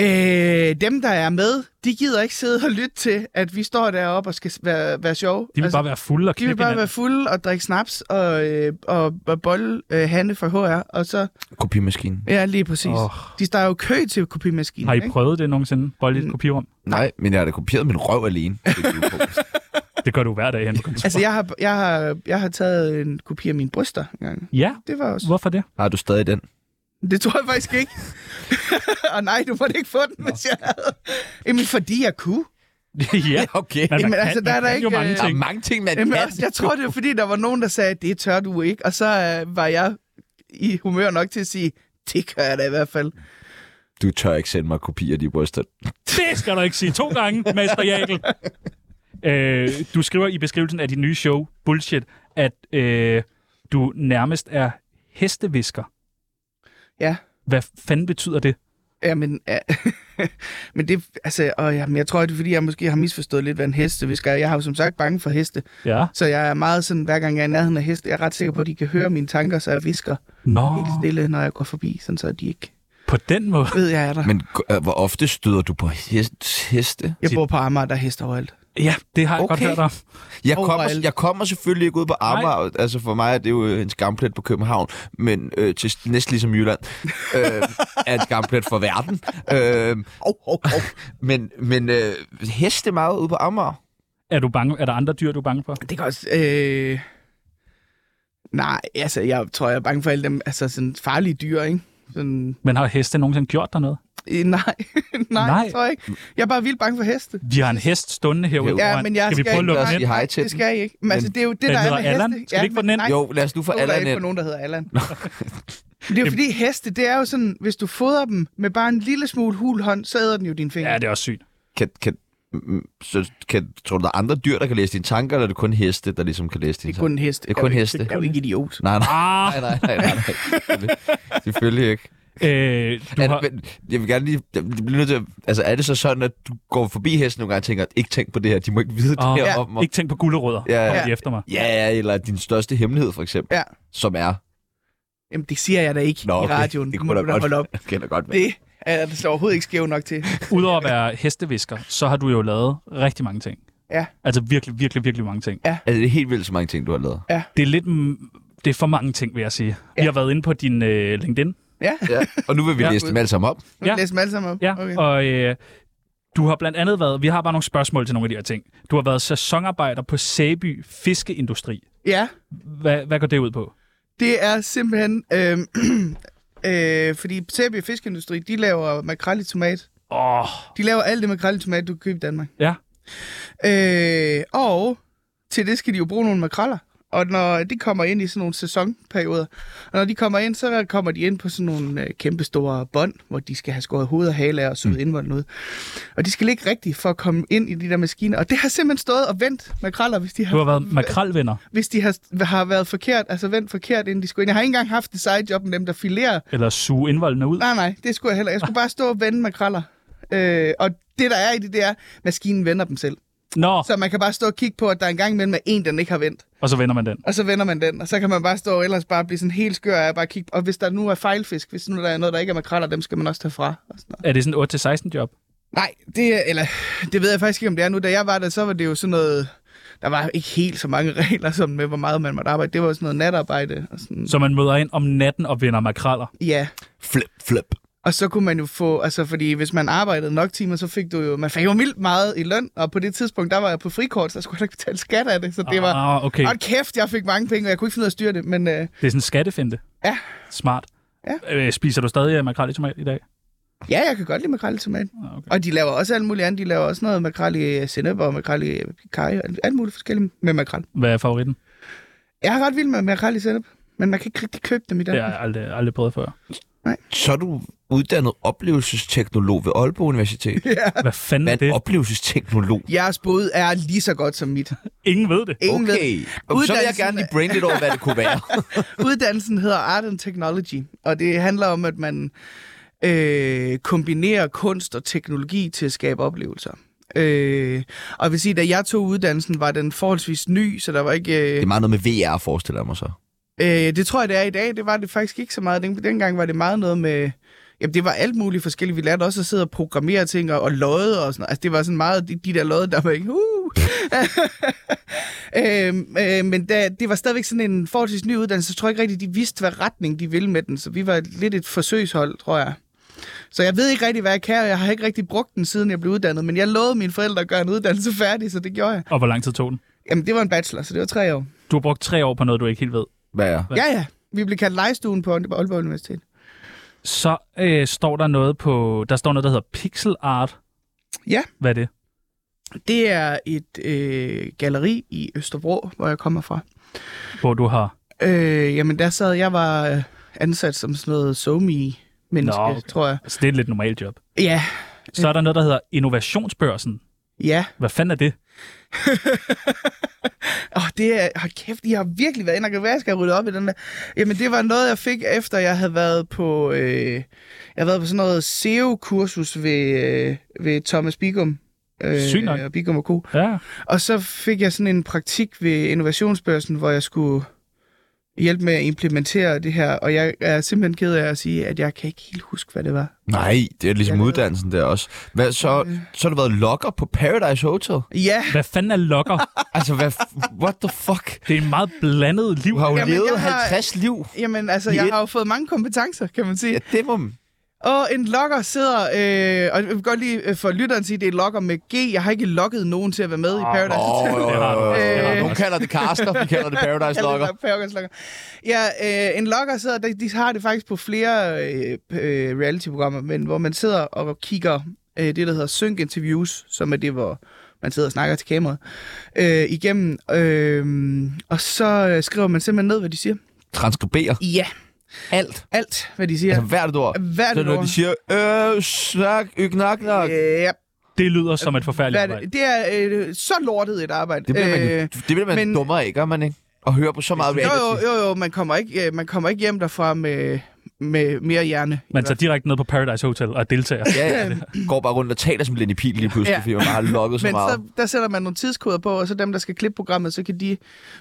Speaker 2: øh, dem, der er med, de gider ikke sidde og lytte til, at vi står deroppe og skal være, være sjove. Altså,
Speaker 3: De vil bare være fulde og
Speaker 2: de vil
Speaker 3: knippe
Speaker 2: bare
Speaker 3: hinanden.
Speaker 2: være fulde og drikke snaps og, øh, og, og bolle øh, Hanne fra HR. Og så,
Speaker 1: Kopimaskinen.
Speaker 2: ja, lige præcis.
Speaker 3: Åh.
Speaker 2: Oh. De starter jo kø til kopimaskinen.
Speaker 3: Har I
Speaker 2: ikke?
Speaker 3: prøvet det nogensinde? Bolle i et
Speaker 2: Mm.
Speaker 3: kopirum?
Speaker 1: Nej, men jeg har da kopieret min røv alene. Det er jo komisk.
Speaker 3: Det gør du hver dag hen på kontoret.
Speaker 2: Altså, jeg har, jeg, har, jeg har taget en kopi af mine bryster engang.
Speaker 3: Ja,
Speaker 2: Det var også...
Speaker 3: hvorfor det?
Speaker 1: har du stadig den?
Speaker 2: Det tror jeg faktisk ikke. og nej, du måtte ikke få den, hvis jeg havde. Jamen, fordi jeg kunne.
Speaker 3: ja,
Speaker 1: Okay.
Speaker 3: men man
Speaker 2: Jamen,
Speaker 3: kan,
Speaker 2: altså, der
Speaker 3: man
Speaker 2: er der
Speaker 3: kan jo
Speaker 2: ikke,
Speaker 3: mange
Speaker 2: øh,
Speaker 1: Der
Speaker 3: ting.
Speaker 1: er mange ting, man
Speaker 2: Jamen, altså-
Speaker 1: kan.
Speaker 2: også, jeg tror, det er fordi, der var nogen, der sagde, det tør du ikke. Og så øh, var jeg i humør nok til at sige, det gør jeg da i hvert fald.
Speaker 1: Du tør ikke sende mig kopier af de bryster.
Speaker 3: Det skal du ikke sige to gange, Mester Jagel. øh, du skriver i beskrivelsen af dit nye show, Bullshit, at øh, du nærmest er hestevisker.
Speaker 2: Ja.
Speaker 3: Hvad fanden betyder det?
Speaker 2: Jamen, ja. men det, altså, og jamen, jeg tror, det er fordi, jeg måske har misforstået lidt, hvad en heste vi skal. Jeg har jo som sagt bange for heste,
Speaker 3: Ja.
Speaker 2: så jeg er meget sådan, hver gang jeg er i nærheden af heste, jeg er ret sikker på, at de kan høre mine tanker, så jeg visker
Speaker 3: Nå,
Speaker 2: helt stille, når jeg går forbi, sådan så de ikke
Speaker 3: på den måde.
Speaker 2: ved, jeg er der.
Speaker 1: Men øh, hvor ofte støder du på hest- heste?
Speaker 2: Jeg bor på Amager, der er heste overalt.
Speaker 3: Ja, det har jeg okay. godt
Speaker 1: Okay.
Speaker 3: hørt om.
Speaker 1: Jeg kommer,
Speaker 2: Overalt.
Speaker 1: jeg kommer selvfølgelig ikke ud på Amager. Altså for mig er det jo en skamplet på København, men øh, til næsten ligesom Jylland øh, er en skamplet for verden. Øh, oh, oh, oh. Men, men øh, heste meget ude på Amager.
Speaker 3: Er, du bange, er der andre dyr, du er bange for?
Speaker 2: Det kan også... Øh... Nej, altså, jeg tror, jeg er bange for alle dem, altså sådan farlige dyr, ikke? Sådan,
Speaker 3: Men har heste nogensinde gjort dig noget?
Speaker 2: øh, nej, nej,
Speaker 3: Nej.
Speaker 2: nej, tror jeg ikke. Jeg er bare vildt bange for heste.
Speaker 3: Vi har en hest stående herude.
Speaker 2: Ja,
Speaker 3: foran.
Speaker 2: men jeg
Speaker 3: skal vi prøve at
Speaker 2: ikke
Speaker 3: lukke
Speaker 1: den
Speaker 2: nej,
Speaker 1: ind? Sige hej til
Speaker 2: Det
Speaker 1: den.
Speaker 2: skal jeg ikke. Men altså, det er jo det,
Speaker 3: den
Speaker 2: der er
Speaker 3: hedder
Speaker 2: med
Speaker 3: Allan.
Speaker 2: heste.
Speaker 3: Skal vi ikke få den ind?
Speaker 2: men nej,
Speaker 1: Jo, lad os nu få
Speaker 2: så er der
Speaker 1: Allan
Speaker 2: ikke på
Speaker 1: ind.
Speaker 2: nogen, der hedder Allan. det er jo fordi heste, det er jo sådan, hvis du fodrer dem med bare en lille smule hul hånd, så æder den jo dine fingre.
Speaker 3: Ja, det er også sygt.
Speaker 1: Kan, kan, mm, så kan, tror du, der er andre dyr, der kan læse dine tanker, eller er det kun heste, der ligesom kan læse dine
Speaker 2: det er
Speaker 1: tanker?
Speaker 2: kun en hest.
Speaker 1: Det er kun heste.
Speaker 2: Jeg er jo ikke idiot.
Speaker 1: Nej, nej,
Speaker 3: Ah,
Speaker 1: nej, nej, nej, nej. Selvfølgelig- Selvfølgelig ikke.
Speaker 3: øh, du
Speaker 1: Er
Speaker 3: har,
Speaker 1: det, men, jeg vil gerne lige... Jeg bliver nødt til, at- altså, er det så sådan, at du går forbi hesten nogle gange og tænker, ikke tænk på det her, de må ikke vide det
Speaker 3: Åh,
Speaker 1: her
Speaker 2: ja,
Speaker 1: om mig.
Speaker 3: ikke tænkt på gulerødder.
Speaker 1: Ja, ja.
Speaker 3: Ja, ja. efter mig.
Speaker 1: Ja, eller din største hemmelighed, for eksempel,
Speaker 2: Ja.
Speaker 1: som er...
Speaker 2: Jamen, det siger jeg da ikke
Speaker 1: Nå, okay,
Speaker 2: i radioen.
Speaker 1: det
Speaker 2: Det
Speaker 1: kunne
Speaker 2: må
Speaker 1: da
Speaker 2: du da
Speaker 1: godt
Speaker 2: holde op.
Speaker 1: Det kan da godt være.
Speaker 2: Det er der så overhovedet ikke skæv nok til.
Speaker 3: Udover at være hestevisker, så har du jo lavet rigtig mange ting.
Speaker 2: Ja.
Speaker 3: Altså virkelig, virkelig, virkelig mange ting.
Speaker 1: Altså, det er helt vildt så mange ting, du har lavet.
Speaker 3: Det er lidt... mm, Det er for mange ting, vil jeg sige. Ja. Vi
Speaker 2: Ja.
Speaker 3: har været inde på din øh, LinkedIn.
Speaker 2: Ja,
Speaker 1: Ja. Og nu vil vi
Speaker 2: Ja.
Speaker 1: læse dem alle sammen op.
Speaker 3: Ja.
Speaker 2: ja. læs dem alle sammen op.
Speaker 3: Ja,
Speaker 2: Okay.
Speaker 3: okay. og øh, du har blandt andet været... Vi har bare nogle spørgsmål til nogle af de her ting. Du har været sæsonarbejder på Sæby Fiskeindustri.
Speaker 2: Ja,
Speaker 3: Hvad, hvad går det ud på?
Speaker 2: det er øhm, simpelthen... Øh, øh, fordi Sæby Fiskeindustri, de laver makrel i tomat.
Speaker 3: Åh, oh,
Speaker 2: De laver alt det med kraltomat, du kan købe i Danmark.
Speaker 3: ja.
Speaker 2: Øh, og til det skal de jo bruge nogle makreller. Og når de kommer ind i sådan nogle sæsonperioder, og når de kommer ind, så kommer de ind på sådan nogle øh, kæmpe store bånd, hvor de skal have skåret hoved og hale af og syet mm. indvolden ud. Og de skal ligge rigtigt for at komme ind i de der maskiner. Og det har simpelthen stået og vendt makreller, hvis de
Speaker 3: Du har
Speaker 2: har,
Speaker 3: været makralvenner,
Speaker 2: hvis de har, har været forkert, altså vendt forkert, inden de skulle ind. Jeg har ikke engang haft det side job med dem, der filerer
Speaker 3: eller suge indvoldene ud.
Speaker 2: Nej, nej, det skulle jeg heller. Jeg skulle bare stå og vende makreller. Øh, og det, der er i det, det er, at maskinen vender dem selv.
Speaker 3: Nå,
Speaker 2: Så man kan bare stå og kigge på, at der er en gang imellem er en, den ikke har vendt.
Speaker 3: og så vender man den.
Speaker 2: Og så vender man den, og så kan man bare stå og ellers bare blive sådan helt skør af at bare kigge. Og hvis der nu er fejlfisk, hvis nu der er noget, der ikke er makreller, dem skal man også tage fra. Og sådan noget.
Speaker 3: Er det sådan en 8-16 job?
Speaker 2: Nej, det, er- eller, det ved jeg faktisk ikke, om det er nu. Da jeg var der, så var det jo sådan noget... Der var ikke helt så mange regler sådan med, hvor meget man måtte arbejde. Det var jo sådan noget natarbejde. Og sådan.
Speaker 3: Så man møder ind om natten og vinder makraller.
Speaker 2: Ja,
Speaker 1: Flip, flip.
Speaker 2: Og så kunne man jo få, altså fordi hvis man arbejdede nok timer, så fik du jo, man fik jo vildt meget i løn, og på det tidspunkt, der var jeg på frikort, så jeg skulle heller ikke betale skat af det, så det var,
Speaker 3: Ah, okay.
Speaker 2: hold kæft, jeg fik mange penge, og jeg kunne ikke finde ud af at styre det, men øh,
Speaker 3: Det er sådan en skattefinte.
Speaker 2: Ja.
Speaker 3: Smart.
Speaker 2: Ja.
Speaker 3: Øh, spiser du stadig makrel i tomat i dag?
Speaker 2: ja, jeg kan godt lide makrel i tomat.
Speaker 3: Ah, Okay.
Speaker 2: Og de laver også alt muligt andet, de laver også noget makrel i sennep og makrel i kaj, og alt muligt forskelligt med makrel.
Speaker 3: Hvad er favoritten?
Speaker 2: Jeg er ret vild med makrel i sennep, men man kan ikke rigtig købe dem i
Speaker 3: Det har
Speaker 2: Danmark.
Speaker 3: jeg aldrig, aldrig prøvet før.
Speaker 1: Så er du uddannet oplevelsesteknolog ved Aalborg Universitet.
Speaker 3: Hvad fanden
Speaker 1: Hvad
Speaker 3: er
Speaker 1: er en
Speaker 3: det?
Speaker 1: oplevelsesteknolog?
Speaker 2: Jeres bud er lige så godt som mit.
Speaker 3: Ingen ved det.
Speaker 2: Ingen ved-
Speaker 1: Okay, så vil jeg
Speaker 2: Uddannelsen-
Speaker 1: gerne lige brain lidt over, hvad det kunne være.
Speaker 2: Uddannelsen hedder Art and Technology, og det handler om, at man øh, kombinerer kunst og teknologi til at skabe oplevelser. Øh, og jeg vil sige, da jeg tog uddannelsen, var den forholdsvis ny, så der var ikke...
Speaker 1: det
Speaker 2: Øh,
Speaker 1: er meget noget med VR, forestiller jeg mig så.
Speaker 2: øh, det tror jeg, det er i dag. Det var det faktisk ikke så meget. Den, dengang var det meget noget med... Jamen, det var alt muligt forskelligt. Vi lærte også at sidde og programmere ting og, og lodde og sådan noget. Altså, det var sådan meget de, de der lodde, der var ikke... Uh! øhm, øh, men da, det var stadigvæk sådan en forholdsvis ny uddannelse, så tror jeg ikke rigtig, de vidste, hvad retning de ville med den. Så vi var lidt et forsøgshold, tror jeg. Så jeg ved ikke rigtig, hvad jeg kan, og jeg har ikke rigtig brugt den, siden jeg blev uddannet. Men jeg lovede mine forældre at gøre en uddannelse færdig, så det gjorde jeg.
Speaker 3: Og hvor lang tid tog den?
Speaker 2: Jamen, det var en bachelor, så det var tre år.
Speaker 3: Du har brugt tre år på noget, du ikke helt ved.
Speaker 1: Hvad er?
Speaker 2: Ja, ja. Vi blev kaldt legestuen på Aalborg Universitet.
Speaker 3: Så øh, står der noget på... Der står noget, der hedder pixel art.
Speaker 2: Ja.
Speaker 3: Hvad er det?
Speaker 2: Det er et øh, galeri i Østerbro, hvor jeg kommer fra.
Speaker 3: Hvor du har...
Speaker 2: Øh, jamen, der sad jeg var øh, ansat som sådan noget somi menneske
Speaker 3: Nå,
Speaker 2: okay.
Speaker 3: okay.
Speaker 2: tror jeg.
Speaker 3: Altså, det er et lidt normalt job.
Speaker 2: Ja,
Speaker 3: Så er der noget, der hedder innovationsbørsen.
Speaker 2: ja.
Speaker 3: Hvad fanden er det?
Speaker 2: Åh, det er... Hold kæft, I har virkelig været inde og gøre, hvad jeg skal rydde op i den der. Jamen, det var noget, jeg fik, efter jeg havde været på... Øh, jeg havde været på sådan noget SEO-kursus ved, øh, ved Thomas Bigum. Øh,
Speaker 3: Sygt nok.
Speaker 2: og Bigum og Co.
Speaker 3: Ja.
Speaker 2: Og så fik jeg sådan en praktik ved Innovationsbørsen, hvor jeg skulle hjælpe med at implementere det her, og jeg er simpelthen ked af at sige, at jeg kan ikke helt huske, hvad det var.
Speaker 1: Nej, det er ligesom
Speaker 2: Ja, det er-
Speaker 1: uddannelsen der også. Hvad, så, så har du været locker på Paradise Hotel?
Speaker 2: Ja,
Speaker 3: Hvad fanden er lokker?
Speaker 1: Altså, hvad, f- what the fuck?
Speaker 3: Det er en meget blandet liv.
Speaker 1: Du har jo
Speaker 2: Jamen,
Speaker 1: Jamen, levet
Speaker 2: jeg har-
Speaker 1: 50 liv.
Speaker 2: jamen altså, jeg
Speaker 1: Lidt.
Speaker 2: har jo fået mange kompetencer, kan man sige.
Speaker 1: Ja, det må man.
Speaker 2: Og en logger sidder, øh, og jeg vil godt lige øh, for lytteren sige, at det er logger med G. Jeg har ikke logget nogen til at være med i Paradise
Speaker 1: Åh,
Speaker 2: Hotel.
Speaker 1: jo, jo,
Speaker 3: Det har du.
Speaker 1: jo,
Speaker 2: Det har
Speaker 1: jo.
Speaker 2: du
Speaker 1: Altså, Øh, Nogen kalder det Carster, vi kalder det Paradise Locker.
Speaker 2: Kalder det bare Paradise Locker. Ja, øh, en logger sidder, de, de har det faktisk på flere øh, p- øh, reality-programmer, men hvor man sidder og kigger øh, det, der hedder sync interviews, som er det, hvor man sidder og snakker til kameraet, øh, igennem. Øh, og så øh, skriver man simpelthen ned, hvad de siger.
Speaker 1: Transkriberer
Speaker 2: Ja,
Speaker 1: alt.
Speaker 2: alt, hvad de siger.
Speaker 1: Altså, hvert et ord.
Speaker 2: Hvert
Speaker 1: Så
Speaker 2: et
Speaker 1: når
Speaker 2: ord.
Speaker 1: de siger, øh, snak, øh, knak, knak.
Speaker 2: Øh, ja,
Speaker 3: Det lyder som et forfærdeligt
Speaker 2: hvad er
Speaker 3: arbejde.
Speaker 2: det, det er øh, så lortet et arbejde.
Speaker 1: Det bliver man,
Speaker 2: Øh,
Speaker 1: jo- det bliver man
Speaker 2: men-
Speaker 1: men, dummere, ikke? Gør man ikke? Og høre på så meget
Speaker 2: Jo,
Speaker 1: reality.
Speaker 2: jo, jo, jo, man kommer ikke, øh, man kommer ikke hjem derfra med, med mere hjerne.
Speaker 3: Man tager direkte ned på Paradise Hotel og deltager.
Speaker 1: Ja, ja. Går bare rundt og taler som Lenny Pihl lige pludselig,
Speaker 2: Ja.
Speaker 1: ja. fordi man bare har lukket så
Speaker 2: Men
Speaker 1: meget.
Speaker 2: så, der sætter man nogle tidskoder på, og så dem, der skal klippe programmet, så kan de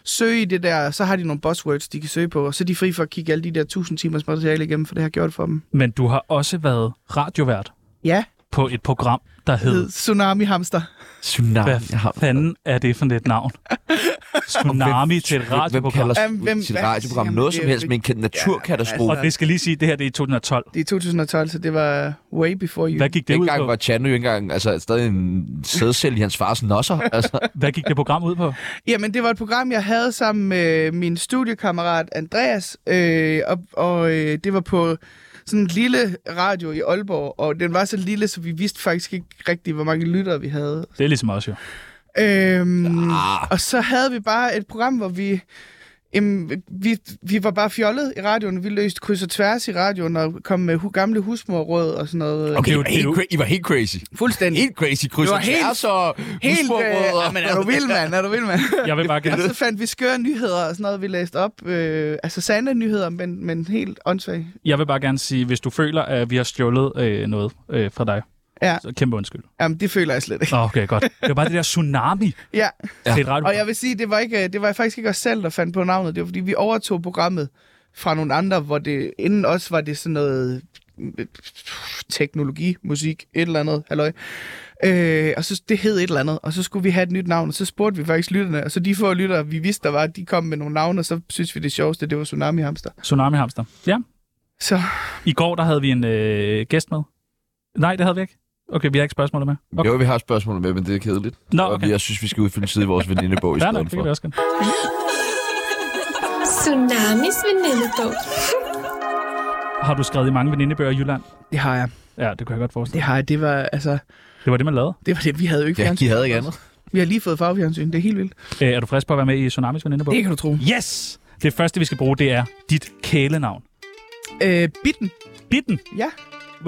Speaker 2: søge i det der, så har de nogle buzzwords, de kan søge på, og så er de fri for at kigge alle de der 1000 timers materiale igennem, for det har gjort for dem.
Speaker 3: Men du har også været radiovært
Speaker 2: Ja,
Speaker 3: på et program, der hed...
Speaker 2: hed Tsunami Hamster.
Speaker 1: Tsunami.
Speaker 3: Hvad fanden er det for et navn? Tsunami til et
Speaker 1: Hvem
Speaker 3: radioprogram.
Speaker 1: kalder
Speaker 2: Jamen, hvem-
Speaker 1: s- sit
Speaker 2: hvad-
Speaker 1: radioprogram
Speaker 2: jamen,
Speaker 1: noget
Speaker 2: det er altså,
Speaker 1: som
Speaker 2: jo
Speaker 1: helst med en naturkatastrofe?
Speaker 3: Og det skal lige sige, at det her det er i 2012.
Speaker 2: Det er 2012, så det var way before you.
Speaker 3: Hvad gik det ud
Speaker 1: Dengang
Speaker 3: på?
Speaker 1: var Tjerno jo ikke engang altså, stadig en sædcelle i hans fars nosser. Altså,
Speaker 3: Hvad gik det program ud på?
Speaker 2: Jamen, det var et program, jeg havde sammen med min studiekammerat Andreas, øh, og, og øh, det var på sådan en lille radio i Aalborg, og den var så lille, så vi vidste faktisk ikke rigtigt, hvor mange lyttere vi havde.
Speaker 3: Det er ligesom os jo.
Speaker 2: Øhm,
Speaker 1: Ah.
Speaker 2: og så havde vi bare et program, hvor vi... Jamen, vi, vi var bare fjollet i radioen. Vi løste kryds og tværs i radioen og kom med hu- gamle husmorråd og sådan noget.
Speaker 1: Okay,
Speaker 3: Det er
Speaker 1: I
Speaker 3: jo-
Speaker 1: var, helt,
Speaker 3: det er jo-
Speaker 1: cra- I var helt crazy.
Speaker 2: Fuldstændig.
Speaker 1: Helt crazy kryds
Speaker 2: Det
Speaker 1: og
Speaker 2: var helt-
Speaker 1: tværs og
Speaker 2: Helt, øh,
Speaker 1: husmorbrødre.
Speaker 2: ah, men er du vild, mand? Er du vild, mand?
Speaker 3: Jeg vil bare
Speaker 2: Og
Speaker 3: gerne...
Speaker 2: så fandt vi skøre nyheder og sådan noget, vi læste op. Øh, altså sande nyheder, men, men helt åndssvagt.
Speaker 3: Jeg vil bare gerne sige, hvis du føler, at vi har stjålet øh, noget øh, fra dig,
Speaker 2: Ja.
Speaker 3: så kæmpe undskyld.
Speaker 2: Jamen, det føler jeg slet ikke.
Speaker 3: Nå, okay, godt. Det var bare det der tsunami.
Speaker 2: Ja,
Speaker 3: Ja. Det er ret
Speaker 2: og jeg vil sige, det var, ikke, øh, det var faktisk ikke os selv, der fandt på navnet. Det var, fordi vi overtog programmet fra nogle andre, hvor det inden os var det sådan noget øh, teknologi, musik, et eller andet, halløj. Øh, og så det hed et eller andet, og så skulle vi have et nyt navn, og så spurgte vi faktisk lytterne, og så de få lyttere, vi vidste, der var, de kom med nogle navne, og så synes vi det sjoveste, det var Tsunami Hamster.
Speaker 3: Tsunami hamster. Ja.
Speaker 2: Så
Speaker 3: I går, der havde vi en øh, gæst med. Nej, det havde vi ikke. Okay, vi har ikke spørgsmål med. Okay.
Speaker 1: Jo, vi har spørgsmål med, men det er kedeligt.
Speaker 3: Nå,
Speaker 1: Og
Speaker 3: okay.
Speaker 1: jeg synes, vi skal udfylde en side i vores venindebog i
Speaker 3: Fair nok,
Speaker 1: stedet
Speaker 3: det kan
Speaker 1: for.
Speaker 3: vi også gerne.
Speaker 7: Tsunamis venindebog.
Speaker 3: Har du skrevet i mange venindebøger i Jylland?
Speaker 2: det har jeg.
Speaker 3: Ja, det kunne jeg godt forestille
Speaker 2: Det har jeg. Det var, altså,
Speaker 3: mig. Det var det, man lavede.
Speaker 2: det var det, vi havde jo ikke
Speaker 1: Ja,
Speaker 2: fjernsyn.
Speaker 1: de havde ikke andet.
Speaker 2: Vi har lige fået farvefjernsyn. Det er helt vildt.
Speaker 3: Æ, Øh, er du frisk på at være med i Tsunamis venindebog?
Speaker 2: kan du tro.
Speaker 3: Yes! Det første, vi skal bruge, det er dit kælenavn.
Speaker 2: Øh, bitten.
Speaker 3: Bitten.
Speaker 2: Ja.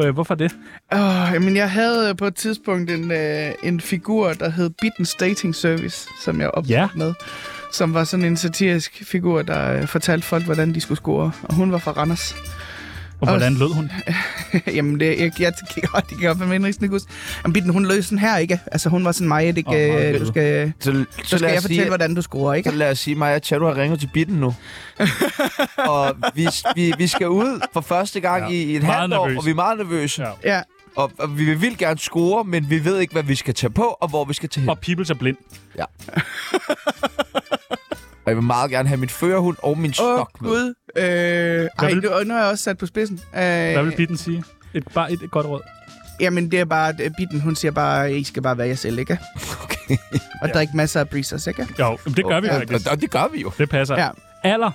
Speaker 3: Øh, Hvorfor det?
Speaker 2: Åh, men jeg havde øh, på et tidspunkt en, øh, en figur, der hed Bittens Dating Service, som jeg optrådte
Speaker 3: Ja.
Speaker 2: med. Som var sådan en satirisk figur, der øh, fortalte folk, hvordan de skulle score. Og hun var fra Randers.
Speaker 3: Og hvordan lød hun?
Speaker 2: Jamen, det, jeg, jeg, jeg, jeg, det kan jeg fandme ikke huske. Jamen, Bitten, hun lød sådan her, ikke? Altså, hun var sådan mig, det
Speaker 3: Åh, meget
Speaker 2: ikke? Øh,
Speaker 3: fedt.
Speaker 2: du skal,
Speaker 1: Så,
Speaker 2: så skal jeg fortælle, hvordan du scorer, ikke?
Speaker 1: Så lad os sige, Maja Tjadu har ringet til Bitten nu. og vi, vi, vi skal ud for første gang ja. i, i et
Speaker 3: Meget
Speaker 1: halvt år,
Speaker 3: nervøse.
Speaker 1: og vi er meget nervøse.
Speaker 3: Ja.
Speaker 1: Ja.
Speaker 2: Ja,
Speaker 1: Og, og vi vil vildt gerne score, men vi ved ikke, hvad vi skal tage på, og hvor vi skal tage hen.
Speaker 3: Og Peoples er blind.
Speaker 1: Og jeg vil meget gerne have min førerhund og min
Speaker 2: Åh, oh,
Speaker 1: stok med.
Speaker 2: gud. Øh, ej,
Speaker 3: vil-
Speaker 2: nu, og nu er jeg også sat på spidsen. Øh,
Speaker 3: Hvad vil Bitten sige? Et, bare et, et godt råd.
Speaker 2: Jamen, det er bare, at Bitten, hun siger bare, I skal bare være jer selv, ikke?
Speaker 1: Okay.
Speaker 2: Og ja. der er ikke masser af breezers, ikke?
Speaker 3: Jo, men det gør vi
Speaker 1: og,
Speaker 3: faktisk.
Speaker 1: og, og det gør vi jo.
Speaker 3: Det passer.
Speaker 2: Ja.
Speaker 3: Alder?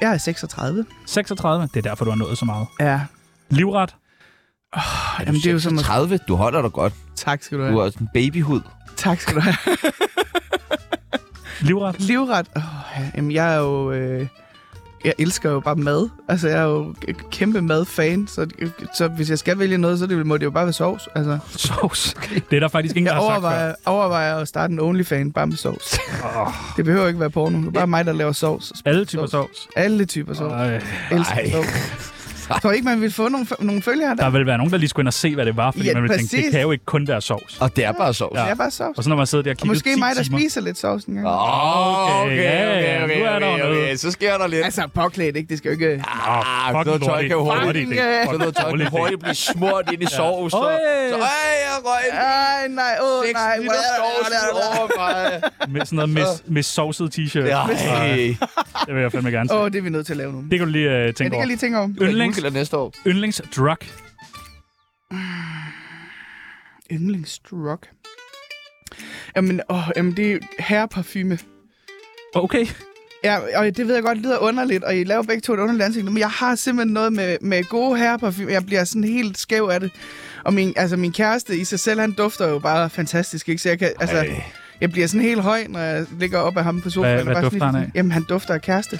Speaker 2: Jeg er 36.
Speaker 3: 36. Det er derfor, du har nået så meget.
Speaker 2: Ja.
Speaker 3: Livret?
Speaker 1: Er
Speaker 2: Jamen, det er jo som at...
Speaker 1: 30, du holder dig godt.
Speaker 2: Tak skal du
Speaker 1: Du
Speaker 2: have.
Speaker 1: har sådan en babyhud.
Speaker 2: Tak skal du have.
Speaker 3: Livret?
Speaker 2: Livret. Oh, ja. Jamen, jeg er jo... Øh... Jeg elsker jo bare mad. Altså, jeg er jo k- kæmpe madfan, så, så hvis jeg skal vælge noget, så det, må det jo bare være sovs. Altså,
Speaker 3: Sovs. Det er der faktisk ingen, der
Speaker 2: jeg
Speaker 3: har sagt før.
Speaker 2: overvejer, overvejer at starte en OnlyFan bare med sovs. Det behøver ikke være porno. Det er bare mig, der laver sovs. og spiser
Speaker 3: Alle typer sovs.
Speaker 2: Alle typer sovs.
Speaker 3: Ej,
Speaker 2: elsker
Speaker 1: Ej.
Speaker 2: sovs. Jeg tror ikke, man ville få nogle, nogle følgere der.
Speaker 3: der vil være nogen, der lige skulle ind og se, hvad det var, fordi
Speaker 2: Ja,
Speaker 3: ja, man ville tænke, det
Speaker 2: præcis.
Speaker 3: kan jo ikke kun være sovs.
Speaker 1: Og det er bare sovs.
Speaker 2: Det er bare sovs.
Speaker 3: Og så når man sidder der og
Speaker 2: Og
Speaker 3: kigger
Speaker 2: måske
Speaker 3: 10
Speaker 2: mig, der
Speaker 3: timer.
Speaker 2: spiser lidt sovs en gang.
Speaker 1: Åh,
Speaker 3: Okay, ja, ja, nu er der noget.
Speaker 1: Så sker der lidt.
Speaker 2: Altså, påklædt, ikke? Det skal jo ikke...
Speaker 1: Ah,
Speaker 3: Fucking
Speaker 1: sådan noget tøj
Speaker 3: dårlig-
Speaker 1: kan jo
Speaker 3: dårlig
Speaker 1: hurtigt,
Speaker 3: idé.
Speaker 2: Fucking, øh,
Speaker 1: sådan noget tøj
Speaker 3: Dårlig
Speaker 1: kan
Speaker 3: idé.
Speaker 1: hurtigt blive smurt ind i sovs. Så,
Speaker 3: Øj.
Speaker 1: så ej, jeg røg en
Speaker 2: Ej, nej, åh, oh,
Speaker 1: seks
Speaker 2: nej.
Speaker 1: liter sovs ud over mig.
Speaker 3: Med sådan noget med, med sovset t-shirt. Ej,
Speaker 1: Ej,
Speaker 3: Det vil jeg fandme gerne se.
Speaker 2: Åh, oh, det er vi nødt til at lave nu.
Speaker 3: Det kan du lige øh,
Speaker 2: Ja,
Speaker 3: tænke
Speaker 2: det kan
Speaker 3: over.
Speaker 2: jeg lige tænke om.
Speaker 3: Yndlings,
Speaker 1: Yndlings. næste år.
Speaker 3: yndlingsdrug.
Speaker 2: Yndlingsdrug. Jamen, åh, jamen, det er herreparfume.
Speaker 3: Okay.
Speaker 2: Ja, og det ved jeg godt, lyder underligt, og I laver begge to et underligt ansigt, nu, men jeg har simpelthen noget med, med gode herreparfume. Jeg bliver sådan helt skæv af det. Og min, altså, min kæreste i sig selv, han dufter jo bare fantastisk, ikke? Så jeg kan, altså,
Speaker 1: Ej.
Speaker 2: jeg bliver sådan helt høj, når jeg ligger op af ham på sofaen.
Speaker 3: Hvad-
Speaker 2: og
Speaker 3: hvad
Speaker 2: bare sådan
Speaker 3: dufter
Speaker 2: lidt-
Speaker 3: han af?
Speaker 2: Jamen, han dufter af kæreste.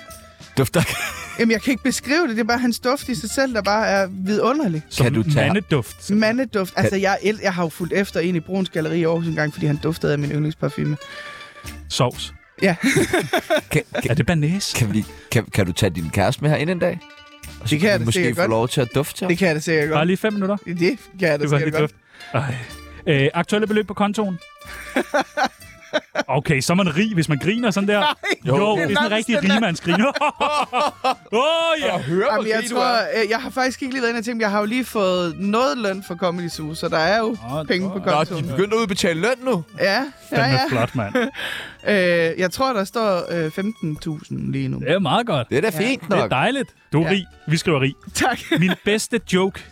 Speaker 1: Dufter.
Speaker 2: Jamen, jeg kan ikke beskrive det. Det er bare hans duft i sig selv, der bare er vidunderlig.
Speaker 3: Som
Speaker 1: Kan du tage-
Speaker 3: mandeduft.
Speaker 2: Mandeduft. Altså, jeg, el- jeg har jo fulgt efter en i Bruns Galeri i Aarhus en gang, fordi han duftede af min yndlingsparfume.
Speaker 3: Sovs.
Speaker 2: Ja,
Speaker 1: Kan,
Speaker 3: Er
Speaker 1: kan,
Speaker 3: det banæs?
Speaker 1: kan, vi, kan, kan du tage din kæreste med her ind en dag? Og så
Speaker 2: Det kan jeg
Speaker 1: vi
Speaker 2: da
Speaker 1: måske
Speaker 2: sikkert
Speaker 1: få
Speaker 2: godt.
Speaker 1: lov til at dufte til
Speaker 2: det kan jeg da sikkert
Speaker 3: Bare
Speaker 2: godt.
Speaker 3: lige fem minutter.
Speaker 2: Det kan jeg da
Speaker 3: Det var
Speaker 2: sikkert
Speaker 3: lige
Speaker 2: godt.
Speaker 3: duft. Ej. Øh, aktuelle beløb på kontoen? Okay, så er man rig, hvis man griner sådan der. Jo, jo det er sådan en
Speaker 2: nærmest
Speaker 3: rigtig
Speaker 2: den der-
Speaker 3: rimandsgriner. Åh, oh, ja.
Speaker 1: Hør,
Speaker 2: Jamen, jeg tror, øh, jeg har faktisk ikke lige været inde og tænkt, jeg har jo lige fået noget løn for Comedy Zoo, så der er jo
Speaker 3: Nå,
Speaker 2: penge på
Speaker 3: nå,
Speaker 1: Nå, de
Speaker 2: kontoen.
Speaker 1: begynder at udbetale løn nu.
Speaker 2: Ja, ja, ja.
Speaker 3: Den er flot, mand.
Speaker 2: Øh, jeg tror, der står øh, 15.000 lige nu.
Speaker 3: Det er meget godt.
Speaker 1: Det er da fint
Speaker 3: Det
Speaker 1: nok.
Speaker 3: er dejligt. Du er
Speaker 2: Ja.
Speaker 3: rig. Vi skriver rig.
Speaker 2: Tak.
Speaker 3: Min bedste joke.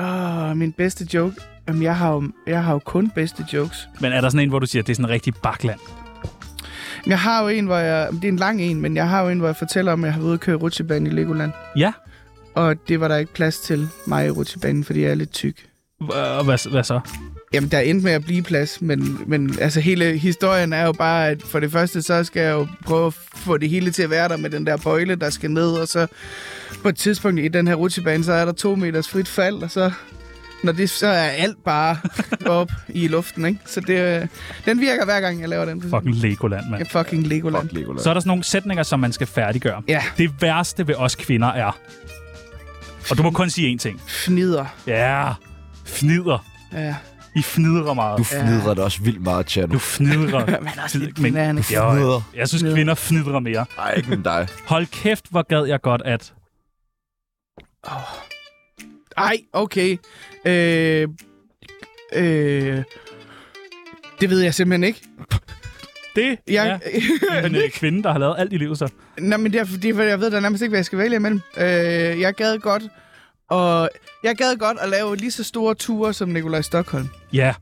Speaker 2: Åh, min bedste joke. Jamen, jeg har, jo, jeg har jo kun bedste jokes.
Speaker 3: Men er der sådan en, hvor du siger, at det er sådan en rigtig bakland?
Speaker 2: Jeg har jo en, hvor jeg... Det er en lang en, men jeg har jo en, hvor jeg fortæller om, at jeg har været ude og køre rutsjebane i Legoland.
Speaker 3: Ja.
Speaker 2: og det var der ikke plads til mig i rutsjebanen, fordi jeg er lidt tyk.
Speaker 3: Og hvad, hvad så?
Speaker 2: Jamen, der endte med at blive plads, men, men altså, hele historien er jo bare, at for det første, så skal jeg jo prøve at få det hele til at være der med den der bøjle, der skal ned, og så på et tidspunkt i den her rutsjebane, så er der to meters frit fald, og så, når det, så er alt bare op i luften, ikke? Så det, øh, den virker hver gang, jeg laver den.
Speaker 3: Fucking Legoland, mand.
Speaker 2: Jeg fucking Legoland.
Speaker 1: Fuck, Legoland.
Speaker 3: Så er der sådan nogle sætninger, som man skal færdiggøre.
Speaker 2: Ja.
Speaker 3: Det værste ved os kvinder er... Og du må kun sige én ting.
Speaker 2: Fnider.
Speaker 3: Ja, fnider.
Speaker 2: Ja.
Speaker 3: I fnidrer meget.
Speaker 1: Du fnidrer det også vildt meget, Tjerno.
Speaker 3: du fnidrer.
Speaker 2: Men også lidt
Speaker 3: Men-
Speaker 2: pinærende.
Speaker 1: fnidrer.
Speaker 3: Jeg synes, kvinder fnidrer mere.
Speaker 1: Nej, ikke med dig.
Speaker 3: Hold kæft, hvor gad jeg godt at...
Speaker 2: Ej, okay. Øh, øh, det ved jeg simpelthen ikke.
Speaker 3: Det
Speaker 2: Jeg,
Speaker 3: er en øh, kvinde, der har lavet alt i livet, så...
Speaker 2: Nå, men det er fordi, for jeg ved da nærmest ikke, hvad jeg skal vælge imellem. Øh, jeg gad godt og jeg gad godt at lave lige så store ture som Nikolaj Stockholm.
Speaker 3: Ja,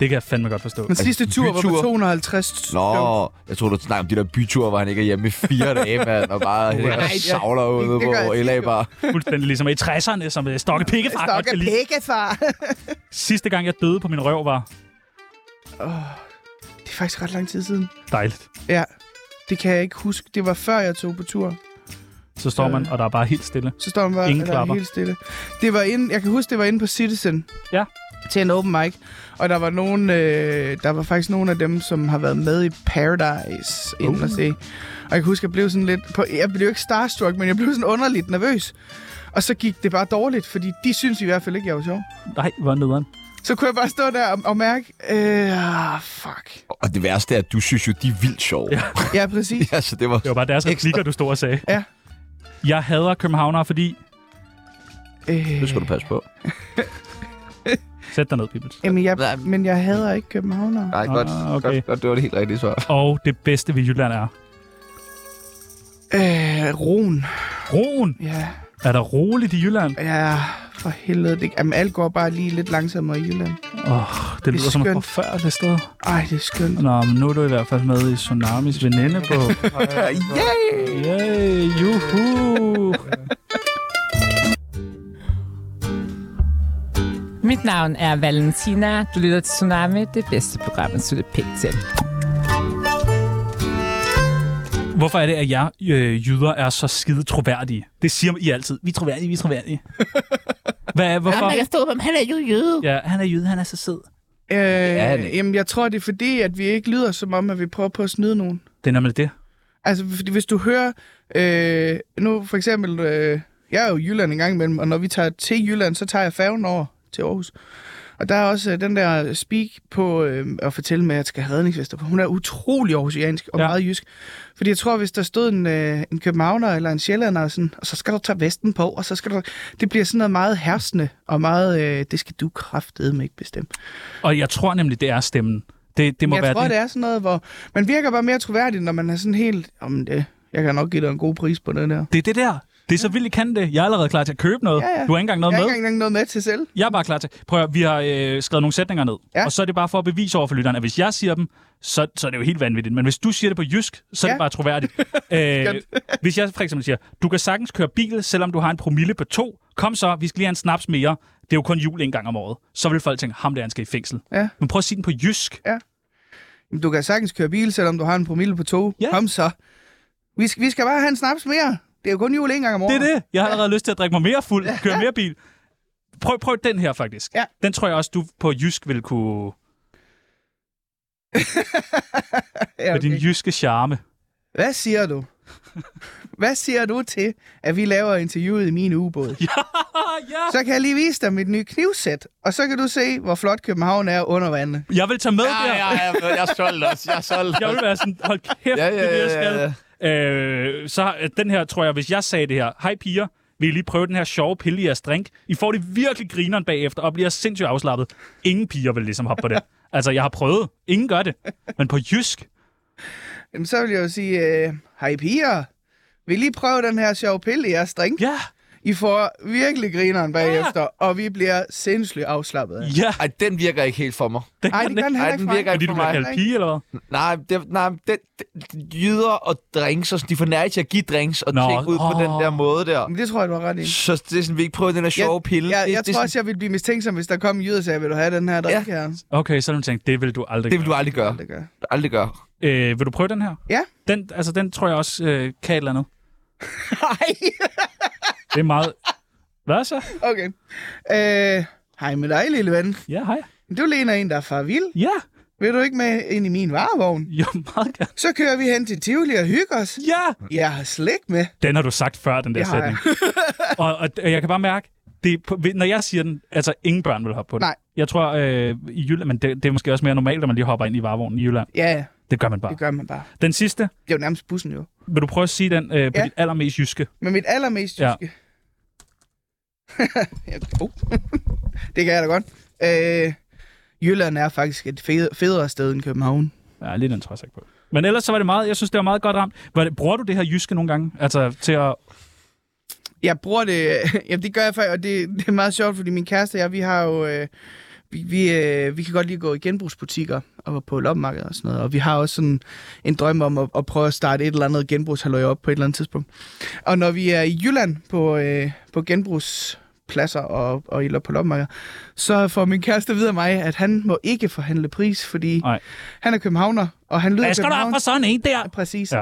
Speaker 3: det kan jeg fandme godt forstå.
Speaker 2: Hans sidste tur var på
Speaker 1: byture?
Speaker 2: 250
Speaker 1: Nå,
Speaker 2: km.
Speaker 1: jeg tror du snakker om de der byture, hvor han ikke er hjemme i fire dage, mand, og bare hænger og
Speaker 2: ja.
Speaker 1: savler ude
Speaker 2: Det gør jeg
Speaker 1: på
Speaker 2: tit,
Speaker 1: LA
Speaker 2: jo.
Speaker 1: bare.
Speaker 3: Fuldstændig ligesom i 60'erne, som øh, Stokke Pikkefar godt
Speaker 2: Stokke
Speaker 3: kan lide.
Speaker 2: pikke, far.
Speaker 3: Sidste gang, jeg døde på min røv, var
Speaker 2: det er faktisk ret lang tid siden.
Speaker 3: dejligt.
Speaker 2: Ja, det kan jeg ikke huske. Det var før jeg tog på tur.
Speaker 3: Så står man, og der er bare helt stille.
Speaker 2: Så står man bare
Speaker 3: Ingen
Speaker 2: eller
Speaker 3: klapper.
Speaker 2: helt stille. Det var inde, jeg kan huske, det var inde på Citizen.
Speaker 3: Ja.
Speaker 2: Til en open mic. Og der var nogen, øh, der var faktisk nogle af dem, som har været med i Paradise inden uh. at se. Og jeg kan huske, jeg blev sådan lidt... På, jeg blev jo ikke starstruck, men jeg blev sådan underligt nervøs. Og så gik det bare dårligt, fordi de synes i hvert fald ikke, jeg var sjov.
Speaker 3: Nej, hvor nederen.
Speaker 2: Så kunne jeg bare stå der og, og mærke, øh, ah, fuck.
Speaker 1: Og det værste er, at du synes jo, de er vildt sjove. Ja.
Speaker 2: Ja, præcis.
Speaker 1: altså, det var...
Speaker 3: Det var bare deres replikker, du stod og sagde.
Speaker 2: Ja.
Speaker 3: Jeg hader københavnere, fordi...
Speaker 1: Det
Speaker 2: Øh,
Speaker 1: skal du passe på.
Speaker 3: Sæt dig ned, Pibels.
Speaker 2: jamen, jeg, men jeg hader ikke københavnere.
Speaker 1: Nej,
Speaker 3: godt. Ah, okay. Godt,
Speaker 1: godt, det var det helt rigtige svar.
Speaker 3: Og det bedste ved Jylland er...
Speaker 2: Øh, roen.
Speaker 3: Roen!
Speaker 2: Ja.
Speaker 3: Er der roligt i Jylland?
Speaker 2: Ja, for helvede. Det, jamen, alt går bare lige lidt langsommere i Jylland.
Speaker 3: Åh, oh, det lyder som et
Speaker 2: skønt.
Speaker 3: forfærdeligt sted.
Speaker 2: Ej, det er skønt.
Speaker 3: Nå, men nu er du i hvert fald med i Tsunamis veninde på... Yay! Yay! Juhu!
Speaker 8: Mit navn er Valentina. Du lytter til Tsunami, det bedste program, at slutte pænt til.
Speaker 3: Hvorfor er det, at jer øh, jyder er så skide troværdige? Det siger I altid. Vi er troværdige, vi er troværdige. Hvad er, hvorfor? Han,
Speaker 8: stå på ham, han er jo jøde.
Speaker 3: ja, han er jyde, han er så sød.
Speaker 2: Øh,
Speaker 1: er det.
Speaker 2: jamen, jeg tror, det er fordi, at vi ikke lyder som om, at vi prøver på at snyde nogen.
Speaker 3: Det er nemlig det.
Speaker 2: Altså, fordi hvis du hører... Øh, nu for eksempel... Øh, jeg er jo i Jylland en gang imellem, og når vi tager til Jylland, så tager jeg færgen over til Aarhus. Og der er også øh, den der speak på øh, at fortælle med, at jeg skal have redningsvester på. Hun er utrolig aarhusiansk og
Speaker 3: Ja.
Speaker 2: ja. meget jysk. Fordi jeg tror, hvis der stod en, øh, en københavner eller en sjællander, og sådan, og så skal du tage vesten på, og så skal du... Det bliver sådan noget meget hersende, og meget... Øh, det skal du kraftedeme ikke bestemme.
Speaker 3: Og jeg tror nemlig, det er stemmen. Det, det må
Speaker 2: jeg
Speaker 3: være
Speaker 2: tror,
Speaker 3: det.
Speaker 2: det er sådan noget, hvor man virker bare mere troværdig, når man er sådan helt... Om det, jeg kan nok give dig en god pris på den der.
Speaker 3: Det er det der. Det er så vildt, I kan det. Jeg er allerede klar til at købe noget.
Speaker 2: Ja, ja.
Speaker 3: Du har ikke engang noget
Speaker 2: Jeg har
Speaker 3: med.
Speaker 2: ikke engang noget med til selv.
Speaker 3: Jeg er bare klar til. Prøv at, høre, vi har øh, skrevet nogle sætninger ned.
Speaker 2: Ja.
Speaker 3: Og så er det bare for at bevise over for lytteren, at hvis jeg siger dem, så, så er det jo helt vanvittigt. Men hvis du siger det på jysk, så er det
Speaker 2: Ja.
Speaker 3: bare troværdigt. øh, hvis jeg for eksempel siger, du kan sagtens køre bil, selvom du har en promille på to. Kom så, vi skal lige have en snaps mere. Det er jo kun jul en gang om året. Så vil folk tænke, ham der han skal i fængsel.
Speaker 2: Ja.
Speaker 3: Men prøv at sige den på jysk.
Speaker 2: Jamen, Du kan sagtens køre bil, selvom du har en promille på to.
Speaker 3: Ja.
Speaker 2: Kom så. Vi skal, vi skal bare have en snaps mere. Det er jo kun jul en gang om året.
Speaker 3: Det er det. Jeg har allerede lyst til at drikke mig mere fuld, køre mere bil. Prøv, prøv den her faktisk.
Speaker 2: Ja.
Speaker 3: Den tror jeg også, du på jysk vil kunne...
Speaker 2: Ja,
Speaker 3: Med din
Speaker 2: okay.
Speaker 3: jyske charme.
Speaker 2: Hvad siger du? Hvad siger du til, at vi laver interviewet i min ubåd?
Speaker 3: Ah, ja.
Speaker 2: Så kan jeg lige vise dig mit nye knivsæt, og så kan du se, hvor flot København er under vandet.
Speaker 3: Jeg vil tage med der.
Speaker 1: jeg, jeg er solgt også. Jeg er solgt
Speaker 3: jeg vil være sådan, hold kæft,
Speaker 1: Ja,
Speaker 3: ja,
Speaker 1: ja,
Speaker 3: ja, det er det, jeg
Speaker 1: ja,
Speaker 3: skal.
Speaker 1: ja,
Speaker 3: Øh, så har- den her, tror jeg, hvis jeg sagde det her, hej piger, vil I lige prøve den her sjove pille i jeres drink? I får det virkelig grineren bagefter, og bliver sindssygt afslappet. Ingen piger vil ligesom hoppe på det. Altså, jeg har prøvet. Ingen gør det. Men på jysk,
Speaker 2: Jamen, så vil jeg jo sige, øh, hej piger, vil I lige prøve den her sjove pille i jeres drink?
Speaker 3: ja,
Speaker 2: I får virkelig grineren bagefter, og vi bliver sindssygt afslappet. af det.
Speaker 3: Ja,
Speaker 1: Ej, den virker ikke helt for mig.
Speaker 2: Ej, det gør den
Speaker 1: Ej,
Speaker 2: heller
Speaker 1: den
Speaker 2: ikke for
Speaker 1: virker
Speaker 2: mig.
Speaker 3: er det, du bliver kaldt pige, eller hvad?
Speaker 1: Nej, det, nej det, det, jyder og drinks, og sådan, de får nær til at give drinks og
Speaker 3: Nå,
Speaker 1: Nå, ting ud på
Speaker 3: åh.
Speaker 1: den der måde der.
Speaker 2: Men det tror jeg, du har ret i.
Speaker 1: Så det er sådan, vi ikke prøver den der sjove pille.
Speaker 2: Jeg,
Speaker 1: det,
Speaker 2: jeg
Speaker 1: det, er
Speaker 2: tror
Speaker 1: sådan-
Speaker 2: også, jeg ville blive mistænksom, hvis der kom en jyde og sagde, vil du have den her drik
Speaker 1: Ja.
Speaker 2: her?
Speaker 3: Okay, så har du tænkt, det vil du aldrig
Speaker 1: det vil du aldrig gøre.
Speaker 2: Det gør.
Speaker 1: Aldrig gøre.
Speaker 3: gøre. Øh, vil du prøve den her?
Speaker 2: Ja.
Speaker 3: Den, altså, den tror jeg også øh, kan et eller andet.
Speaker 2: Hej.
Speaker 3: Det er meget... Hvad så?
Speaker 2: Okay. Øh, hej med dig, lille ven.
Speaker 3: Ja, hej.
Speaker 2: Du ligner en, der er far vild.
Speaker 3: Ja,
Speaker 2: Vil du ikke med ind i min varevogn?
Speaker 3: jo, meget gerne.
Speaker 2: Så kører vi hen til Tivoli og hygger os.
Speaker 3: Ja!
Speaker 2: Jeg har slik med.
Speaker 3: Den har du sagt før, den der
Speaker 2: Det har
Speaker 3: sætning. og, og, og jeg kan bare mærke, det er på, når jeg siger den, altså ingen børn vil hoppe på den.
Speaker 2: Nej.
Speaker 3: Jeg tror, øh, i Jylland, men det, det er måske også mere normalt, at man lige hopper ind i varevognen i Jylland.
Speaker 2: Ja, ja,
Speaker 3: Det gør man bare.
Speaker 2: det gør man bare.
Speaker 3: Den sidste,
Speaker 2: Det er jo nærmest bussen jo.
Speaker 3: vil du prøve at sige den øh, på
Speaker 2: Ja.
Speaker 3: dit allermest jyske?
Speaker 2: Men mit allermest
Speaker 3: Ja.
Speaker 2: jyske... Ja. oh. det kan jeg da godt. Øh, Jylland er faktisk et fed- federe sted end København.
Speaker 3: Ja, lidt den tror jeg så ikke på. Men ellers så var det meget, jeg synes, det var meget godt ramt. Var det, bruger du det her jyske nogle gange? Altså til at...
Speaker 2: Jeg bruger det... Jamen, det gør jeg faktisk, og det, det er meget sjovt, fordi min kæreste og jeg, vi har jo... Øh, vi, vi, øh, vi kan godt lige gå i genbrugsbutikker og på loppemarkedet og sådan noget, og vi har også sådan en drøm om at, at prøve at starte et eller andet genbrugshalløj op på et eller andet tidspunkt. Og når vi er i Jylland på, øh, på genbrugspladser og, og eller på loppemarkedet, så får min kæreste videre mig, at han må ikke forhandle pris, fordi
Speaker 3: Nej.
Speaker 2: han er københavner, og han lyder
Speaker 3: Hvad skal du have
Speaker 2: københavn.
Speaker 3: for sådan en der?
Speaker 2: Præcis.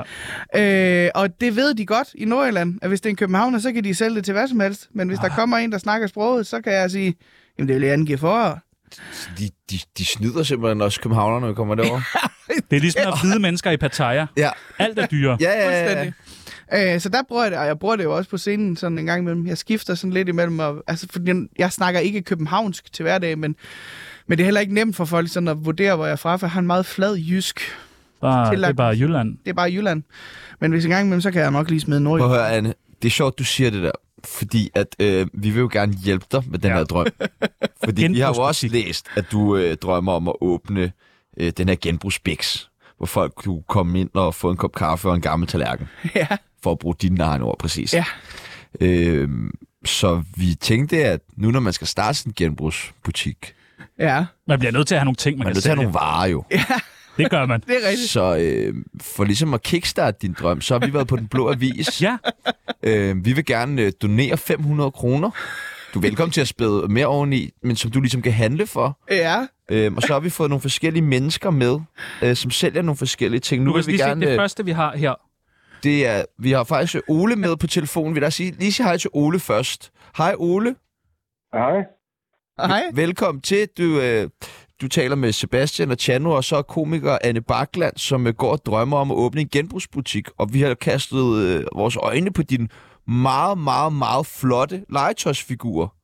Speaker 3: Ja.
Speaker 2: Øh, og det ved de godt i Nordjylland, at hvis det er en københavner, så kan de sælge det til hvad som helst. Men hvis ah. der kommer en, der snakker sproget, så kan jeg sige, jamen det vil jeg angive for.
Speaker 1: De, de, de snyder simpelthen også københavnerne, når vi kommer derover.
Speaker 3: Det er ligesom at hvide mennesker i Pattaya.
Speaker 1: ja.
Speaker 3: Alt er dyre.
Speaker 1: Ja, ja, ja, ja.
Speaker 2: Fuldstændig. Øh, så der bruger jeg det, og jeg bruger det jo også på scenen sådan en gang imellem. Jeg skifter sådan lidt imellem, og, altså, fordi jeg snakker ikke københavnsk til hverdag, men, men det er heller ikke nemt for folk sådan at vurdere, hvor jeg er fra, for jeg har en meget flad jysk.
Speaker 3: Bare, det er
Speaker 2: Tillagt.
Speaker 3: bare Jylland.
Speaker 2: Det er bare Jylland. Men hvis en gang imellem, så kan jeg nok lige smide
Speaker 1: Prøv
Speaker 2: Norge.
Speaker 1: at høre, Anne. Det er sjovt, du siger det der. Fordi at, øh, vi vil jo gerne hjælpe dig med den
Speaker 3: Ja.
Speaker 1: ja. her drøm. Fordi vi har jo også
Speaker 3: Genbrugsbutik.
Speaker 1: læst, at du øh, drømmer om at åbne øh, den her genbrugsbiks, hvor folk kunne komme ind og få en kop kaffe og en gammel tallerken.
Speaker 2: Ja.
Speaker 1: for at bruge dine egne ord præcis.
Speaker 2: Ja.
Speaker 1: Øhm, så vi tænkte, at nu når man skal starte sådan en genbrugsbutik,
Speaker 2: Ja,
Speaker 3: Man bliver nødt til at have nogle ting, man,
Speaker 1: man er
Speaker 3: kan
Speaker 1: nødt til at have
Speaker 3: sælge.
Speaker 1: nogle varer jo.
Speaker 3: Det gør man.
Speaker 2: det er rigtigt.
Speaker 1: Så øh, for ligesom at kickstarte din drøm, så har vi været på Den Blå Avis.
Speaker 3: Ja,
Speaker 1: øh, vi vil gerne øh, donere 500 kroner. Du er velkommen til at spæde mere oveni, men som du ligesom kan handle for.
Speaker 2: Ja.
Speaker 1: Øhm, og så har vi fået nogle forskellige mennesker med, øh, som sælger nogle forskellige ting.
Speaker 3: nu
Speaker 1: Nu
Speaker 3: vil
Speaker 1: vil vi
Speaker 3: lige gerne...
Speaker 1: gerne...
Speaker 3: det
Speaker 1: øh,
Speaker 3: første, vi har her.
Speaker 1: Det er, vi har faktisk Ole med på telefonen. Vi vil da sige, lige sige hej til Ole først. Hej Ole.
Speaker 9: Hej.
Speaker 2: Hej.
Speaker 1: Velkommen til. Du, øh, du taler med Sebastian og Chano, og så er komiker Anne Bakland, som øh, går og drømmer om at åbne en genbrugsbutik. Og vi har kastet øh, vores øjne på din meget, meget, meget flotte legetøjsfigur.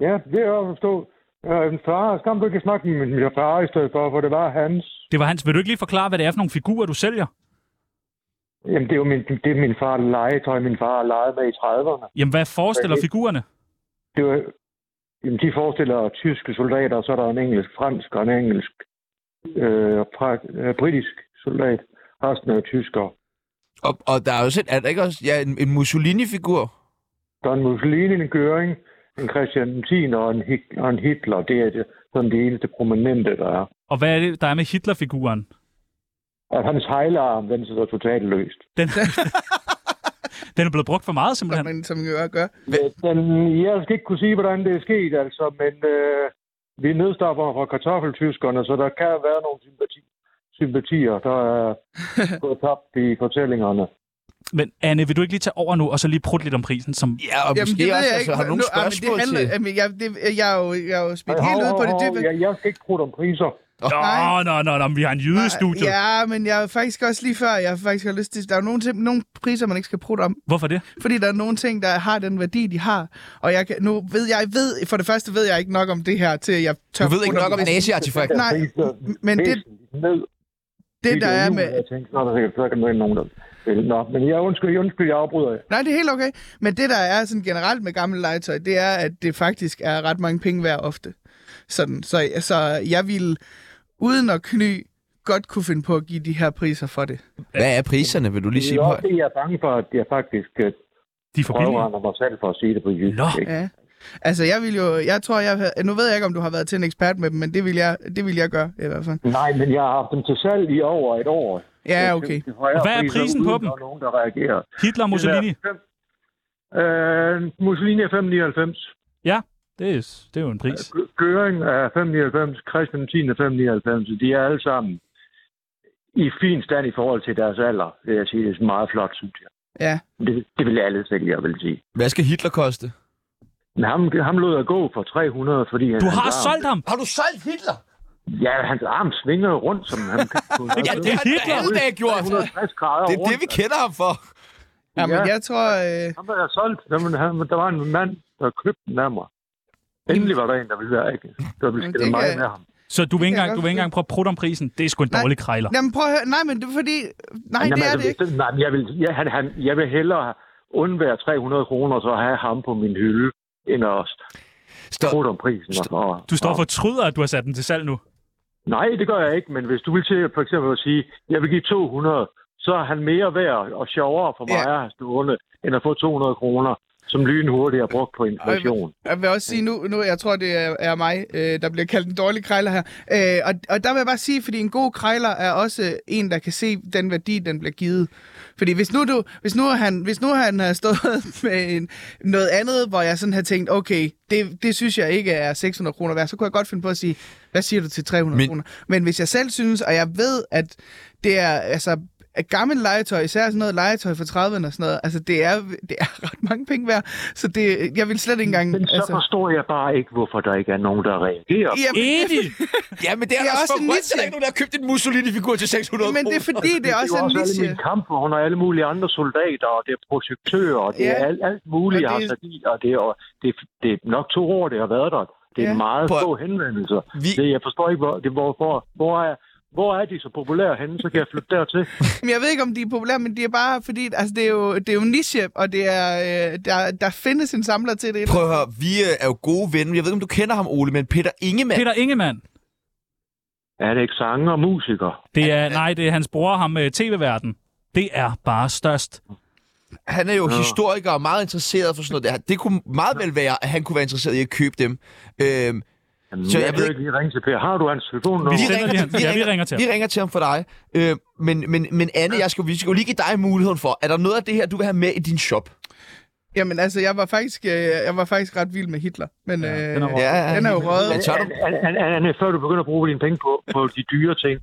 Speaker 9: Ja, det er jeg forstå. Øh, min far, skam du ikke snakke med min far i stedet for, for det var hans.
Speaker 3: Det var hans. Vil du ikke lige forklare, hvad det er for nogle figurer, du sælger?
Speaker 9: Jamen, det er jo min, det er min far legetøj, min far legede med i 30'erne.
Speaker 3: Jamen, hvad forestiller
Speaker 9: Okay.
Speaker 3: figurerne?
Speaker 9: Det var, jamen, de forestiller tyske soldater, og så er der en engelsk, fransk og en engelsk, øh, pra- øh, britisk soldat. Resten er tyskere.
Speaker 1: Og, og der er også en, er der ikke også, ja, en, en Mussolini-figur.
Speaker 9: Der er en Mussolini, en Göring, en Christian 10 og en, Hit- og en Hitler. Det er det, sådan det eneste prominente, der er.
Speaker 3: Og hvad er det, der er med Hitler-figuren?
Speaker 9: Og hans hejlearm, den sidder totalt løst.
Speaker 3: Den, den er blevet brugt for meget,
Speaker 2: Som,
Speaker 3: simpelthen.
Speaker 2: man, som jeg gør.
Speaker 9: Den, Øh, jeg skal ikke kunne sige, hvordan det er sket, altså, men øh, vi er nedstopper fra kartoffeltyskerne, så der kan være nogle sympati, sympatier, der er gået tabt i fortællingerne.
Speaker 3: Men Anne, vil du ikke lige tage over nu, og så lige prutte lidt om prisen? Som...
Speaker 1: Ja, og Jamen, måske også, altså, har du nogle
Speaker 2: Nu- ah, men
Speaker 1: spørgsmål
Speaker 2: det handler,
Speaker 1: til...
Speaker 2: Jamen, jeg, det, jeg, er jo, jeg er jo smidt
Speaker 9: Men
Speaker 2: helt
Speaker 9: hov,
Speaker 2: ud på det
Speaker 9: hov, hov,
Speaker 2: dybe.
Speaker 9: Jeg, jeg skal ikke bruge om priser.
Speaker 3: Nå,
Speaker 2: Nej.
Speaker 3: nå, nå, nå, men vi har en jyde i studiet.
Speaker 2: Ja, men jeg er faktisk også lige før, jeg faktisk har lyst til... Der er jo nogle, ting, nogle priser, man ikke skal prutte om,
Speaker 3: Hvorfor det?
Speaker 2: fordi der er nogle ting, der har den værdi, de har. Og jeg kan, nu ved jeg, ved, for det første ved jeg ikke nok om det her, til at jeg tør
Speaker 1: Du ved ikke
Speaker 2: prutte
Speaker 1: nok om nazi-artefakt.
Speaker 9: Der
Speaker 2: Nej,
Speaker 9: priser
Speaker 2: men det-
Speaker 9: væsentligt ned.
Speaker 2: det, der er med...
Speaker 9: Jeg tænkte, så er der sikkert, så kan der være nogen, der vil. Nå, men jeg undskyld, undskyld, jeg afbryder jer.
Speaker 2: Nej, det er helt okay. Men det, der er sådan generelt med gammelt legetøj, det er, at det faktisk er ret mange penge værd ofte. Sådan, så, så jeg ville, uden at kny, godt kunne finde på at give de her priser for det.
Speaker 1: Hvad er priserne, vil du lige
Speaker 9: Det
Speaker 1: sige
Speaker 9: er
Speaker 1: på?
Speaker 9: også det, jeg er bange for, at jeg faktisk øh,
Speaker 3: De er for billige.
Speaker 9: røvrender mig selv for at sige det på jysk.
Speaker 3: Nå.
Speaker 9: ikke?
Speaker 2: Ja. Altså, jeg vil jo... Jeg tror, jeg... havde- Nu ved jeg ikke, om du har været til en ekspert med dem, men det vil jeg, det vil jeg gøre, i hvert fald.
Speaker 9: Nej, men jeg har haft dem til salg i over et år.
Speaker 2: Ja, okay.
Speaker 9: Og
Speaker 3: hvad er prisen på dem?
Speaker 9: Der er nogen, der reagerer.
Speaker 3: Hitler og Mussolini.
Speaker 9: Det er fem- Øh, Mussolini er 599.
Speaker 3: Ja, det er, det er jo en pris.
Speaker 9: Gø- Gøring er 599. Christian 10 er 599. De er alle sammen i fin stand i forhold til deres alder, vil jeg sige. Det er meget flot, synes jeg.
Speaker 2: Ja.
Speaker 9: Det, det vil alle selv, jeg vil sige.
Speaker 1: Hvad skal Hitler koste?
Speaker 9: Men ham, ham lod jeg gå for 300, fordi han...
Speaker 3: Du har
Speaker 9: hans arm-
Speaker 3: solgt ham!
Speaker 1: Har du solgt Hitler?
Speaker 9: Ja, hans arm svinger jo rundt, som han kan.
Speaker 3: Ja, det er Hitler!
Speaker 1: Alle dage gjort.
Speaker 9: 160 grader
Speaker 1: Det er
Speaker 9: rundt.
Speaker 1: det, vi kender ham for.
Speaker 2: Ja, men
Speaker 9: Ja.
Speaker 2: jeg tror... Øh...
Speaker 9: Ham, der er solgt, der, han, der var en mand, der købte den af mig. Endelig var der en, der ville være ikke. Der ville
Speaker 2: Men
Speaker 9: skille
Speaker 2: det
Speaker 9: mig
Speaker 2: kan-
Speaker 9: med ham.
Speaker 3: Så du vil
Speaker 2: kan jeg
Speaker 3: ikke engang, du
Speaker 2: godt
Speaker 3: vil ikke engang prøve at prutte om prisen. Det er sgu en
Speaker 2: Nej.
Speaker 3: dårlig krejler.
Speaker 2: Jamen, prøv at høre. Nej, men det er fordi... Nej,
Speaker 9: altså,
Speaker 2: det er det ikke.
Speaker 9: Nej, men jeg vil, ja, han, han, jeg vil hellere undvære 300 kroner, så have ham på min hylde, end at
Speaker 1: Stop.
Speaker 9: bruge om prisen. Og, og,
Speaker 3: Du står og
Speaker 9: og,
Speaker 3: fortryder, at du har sat den til salg nu.
Speaker 9: Nej, det gør jeg ikke, men hvis du vil til for eksempel at sige, jeg vil give 200, så er han mere værd og sjovere for mig
Speaker 2: Ja.
Speaker 9: ja. at have stående, end at få 200 kroner, som lynhurtigt er brugt på inflation.
Speaker 2: Jeg vil også sige nu, nu jeg tror, det er, er mig, øh, der bliver kaldt en dårlig krejler her. Øh, og, og der vil jeg bare sige, fordi en god krejler er også en, der kan se den værdi, den bliver givet. Fordi hvis nu, du, hvis nu, han, hvis nu han har stået med en, noget andet, hvor jeg sådan har tænkt, okay, det, det synes jeg ikke er 600 kroner værd, så kunne jeg godt finde på at sige, hvad siger du til 300
Speaker 1: Men-
Speaker 2: kroner? Men hvis jeg selv synes, og jeg ved, at det er altså at gammelt legetøj, især sådan noget legetøj fra 30'erne og sådan noget, altså det er, det er ret mange penge værd, så det, jeg vil slet ikke engang...
Speaker 9: Men så
Speaker 2: altså...
Speaker 9: forstår jeg bare ikke, hvorfor der ikke er nogen, der reagerer.
Speaker 2: Jamen,
Speaker 3: Enig!
Speaker 1: Ja, men det er,
Speaker 2: Det
Speaker 1: det
Speaker 2: er
Speaker 1: er også
Speaker 2: også
Speaker 1: for
Speaker 2: en
Speaker 1: rødt, så der
Speaker 2: niche.
Speaker 1: er ikke nogen, der har købt en Mussolini-figur til 600
Speaker 2: men det er fordi, det er også
Speaker 9: det er
Speaker 2: en
Speaker 9: også alle
Speaker 2: niche.
Speaker 9: mine kampvogne og alle mulige andre soldater, og det er projektører, og det
Speaker 2: Ja.
Speaker 9: ja. er alt, alt muligt,
Speaker 2: Og
Speaker 9: og
Speaker 2: det-
Speaker 9: det... Sat i, og, det er, og det, er- det er nok to år, det har været der. Det er
Speaker 2: Ja.
Speaker 9: ja. meget
Speaker 1: Prøv-
Speaker 9: få henvendelser.
Speaker 1: Vi...
Speaker 9: Det, jeg forstår ikke, hvor, det, hvorfor. Hvor er, hvor er de så populære henne, så kan jeg flytte dertil.
Speaker 2: Men jeg ved ikke, om de er populære, men de er bare fordi, altså det er jo, det er jo en niche, og det er, øh, der, der findes en samler til det.
Speaker 1: Prøv at høre, vi øh, er jo gode venner. Jeg ved ikke, om du kender ham, Ole, men Peter Ingemann.
Speaker 3: Peter Ingemann.
Speaker 9: Er det ikke sanger og musikere?
Speaker 3: Det er, nej, det er hans bror, ham med tv-verden. Det er bare størst.
Speaker 1: Han er jo historiker og meget interesseret for sådan noget der. Det kunne meget vel være, at han kunne være interesseret i at købe dem. Øhm,
Speaker 9: Jamen,
Speaker 1: Så
Speaker 9: så
Speaker 1: jeg
Speaker 9: jeg, jeg
Speaker 1: ved
Speaker 9: kan ikke lige ringe til Per. Har du hans telefonnummer?
Speaker 3: Vi sender lige hans- ja, vi ringer til ham.
Speaker 1: vi ringer til ham for dig. Øh, men, men, men Anne, jeg skal, vi skal jo lige give dig muligheden for, er der noget af det her, du vil have med i din shop?
Speaker 2: Jamen altså, jeg var faktisk, øh, jeg var faktisk ret vild med Hitler, men ja, øh,
Speaker 3: den er rød.
Speaker 1: Ja,
Speaker 2: den er jo røget.
Speaker 1: Men tør du?
Speaker 9: Anne, Anne, Anne, før du begynder at bruge dine penge på, på de dyre ting,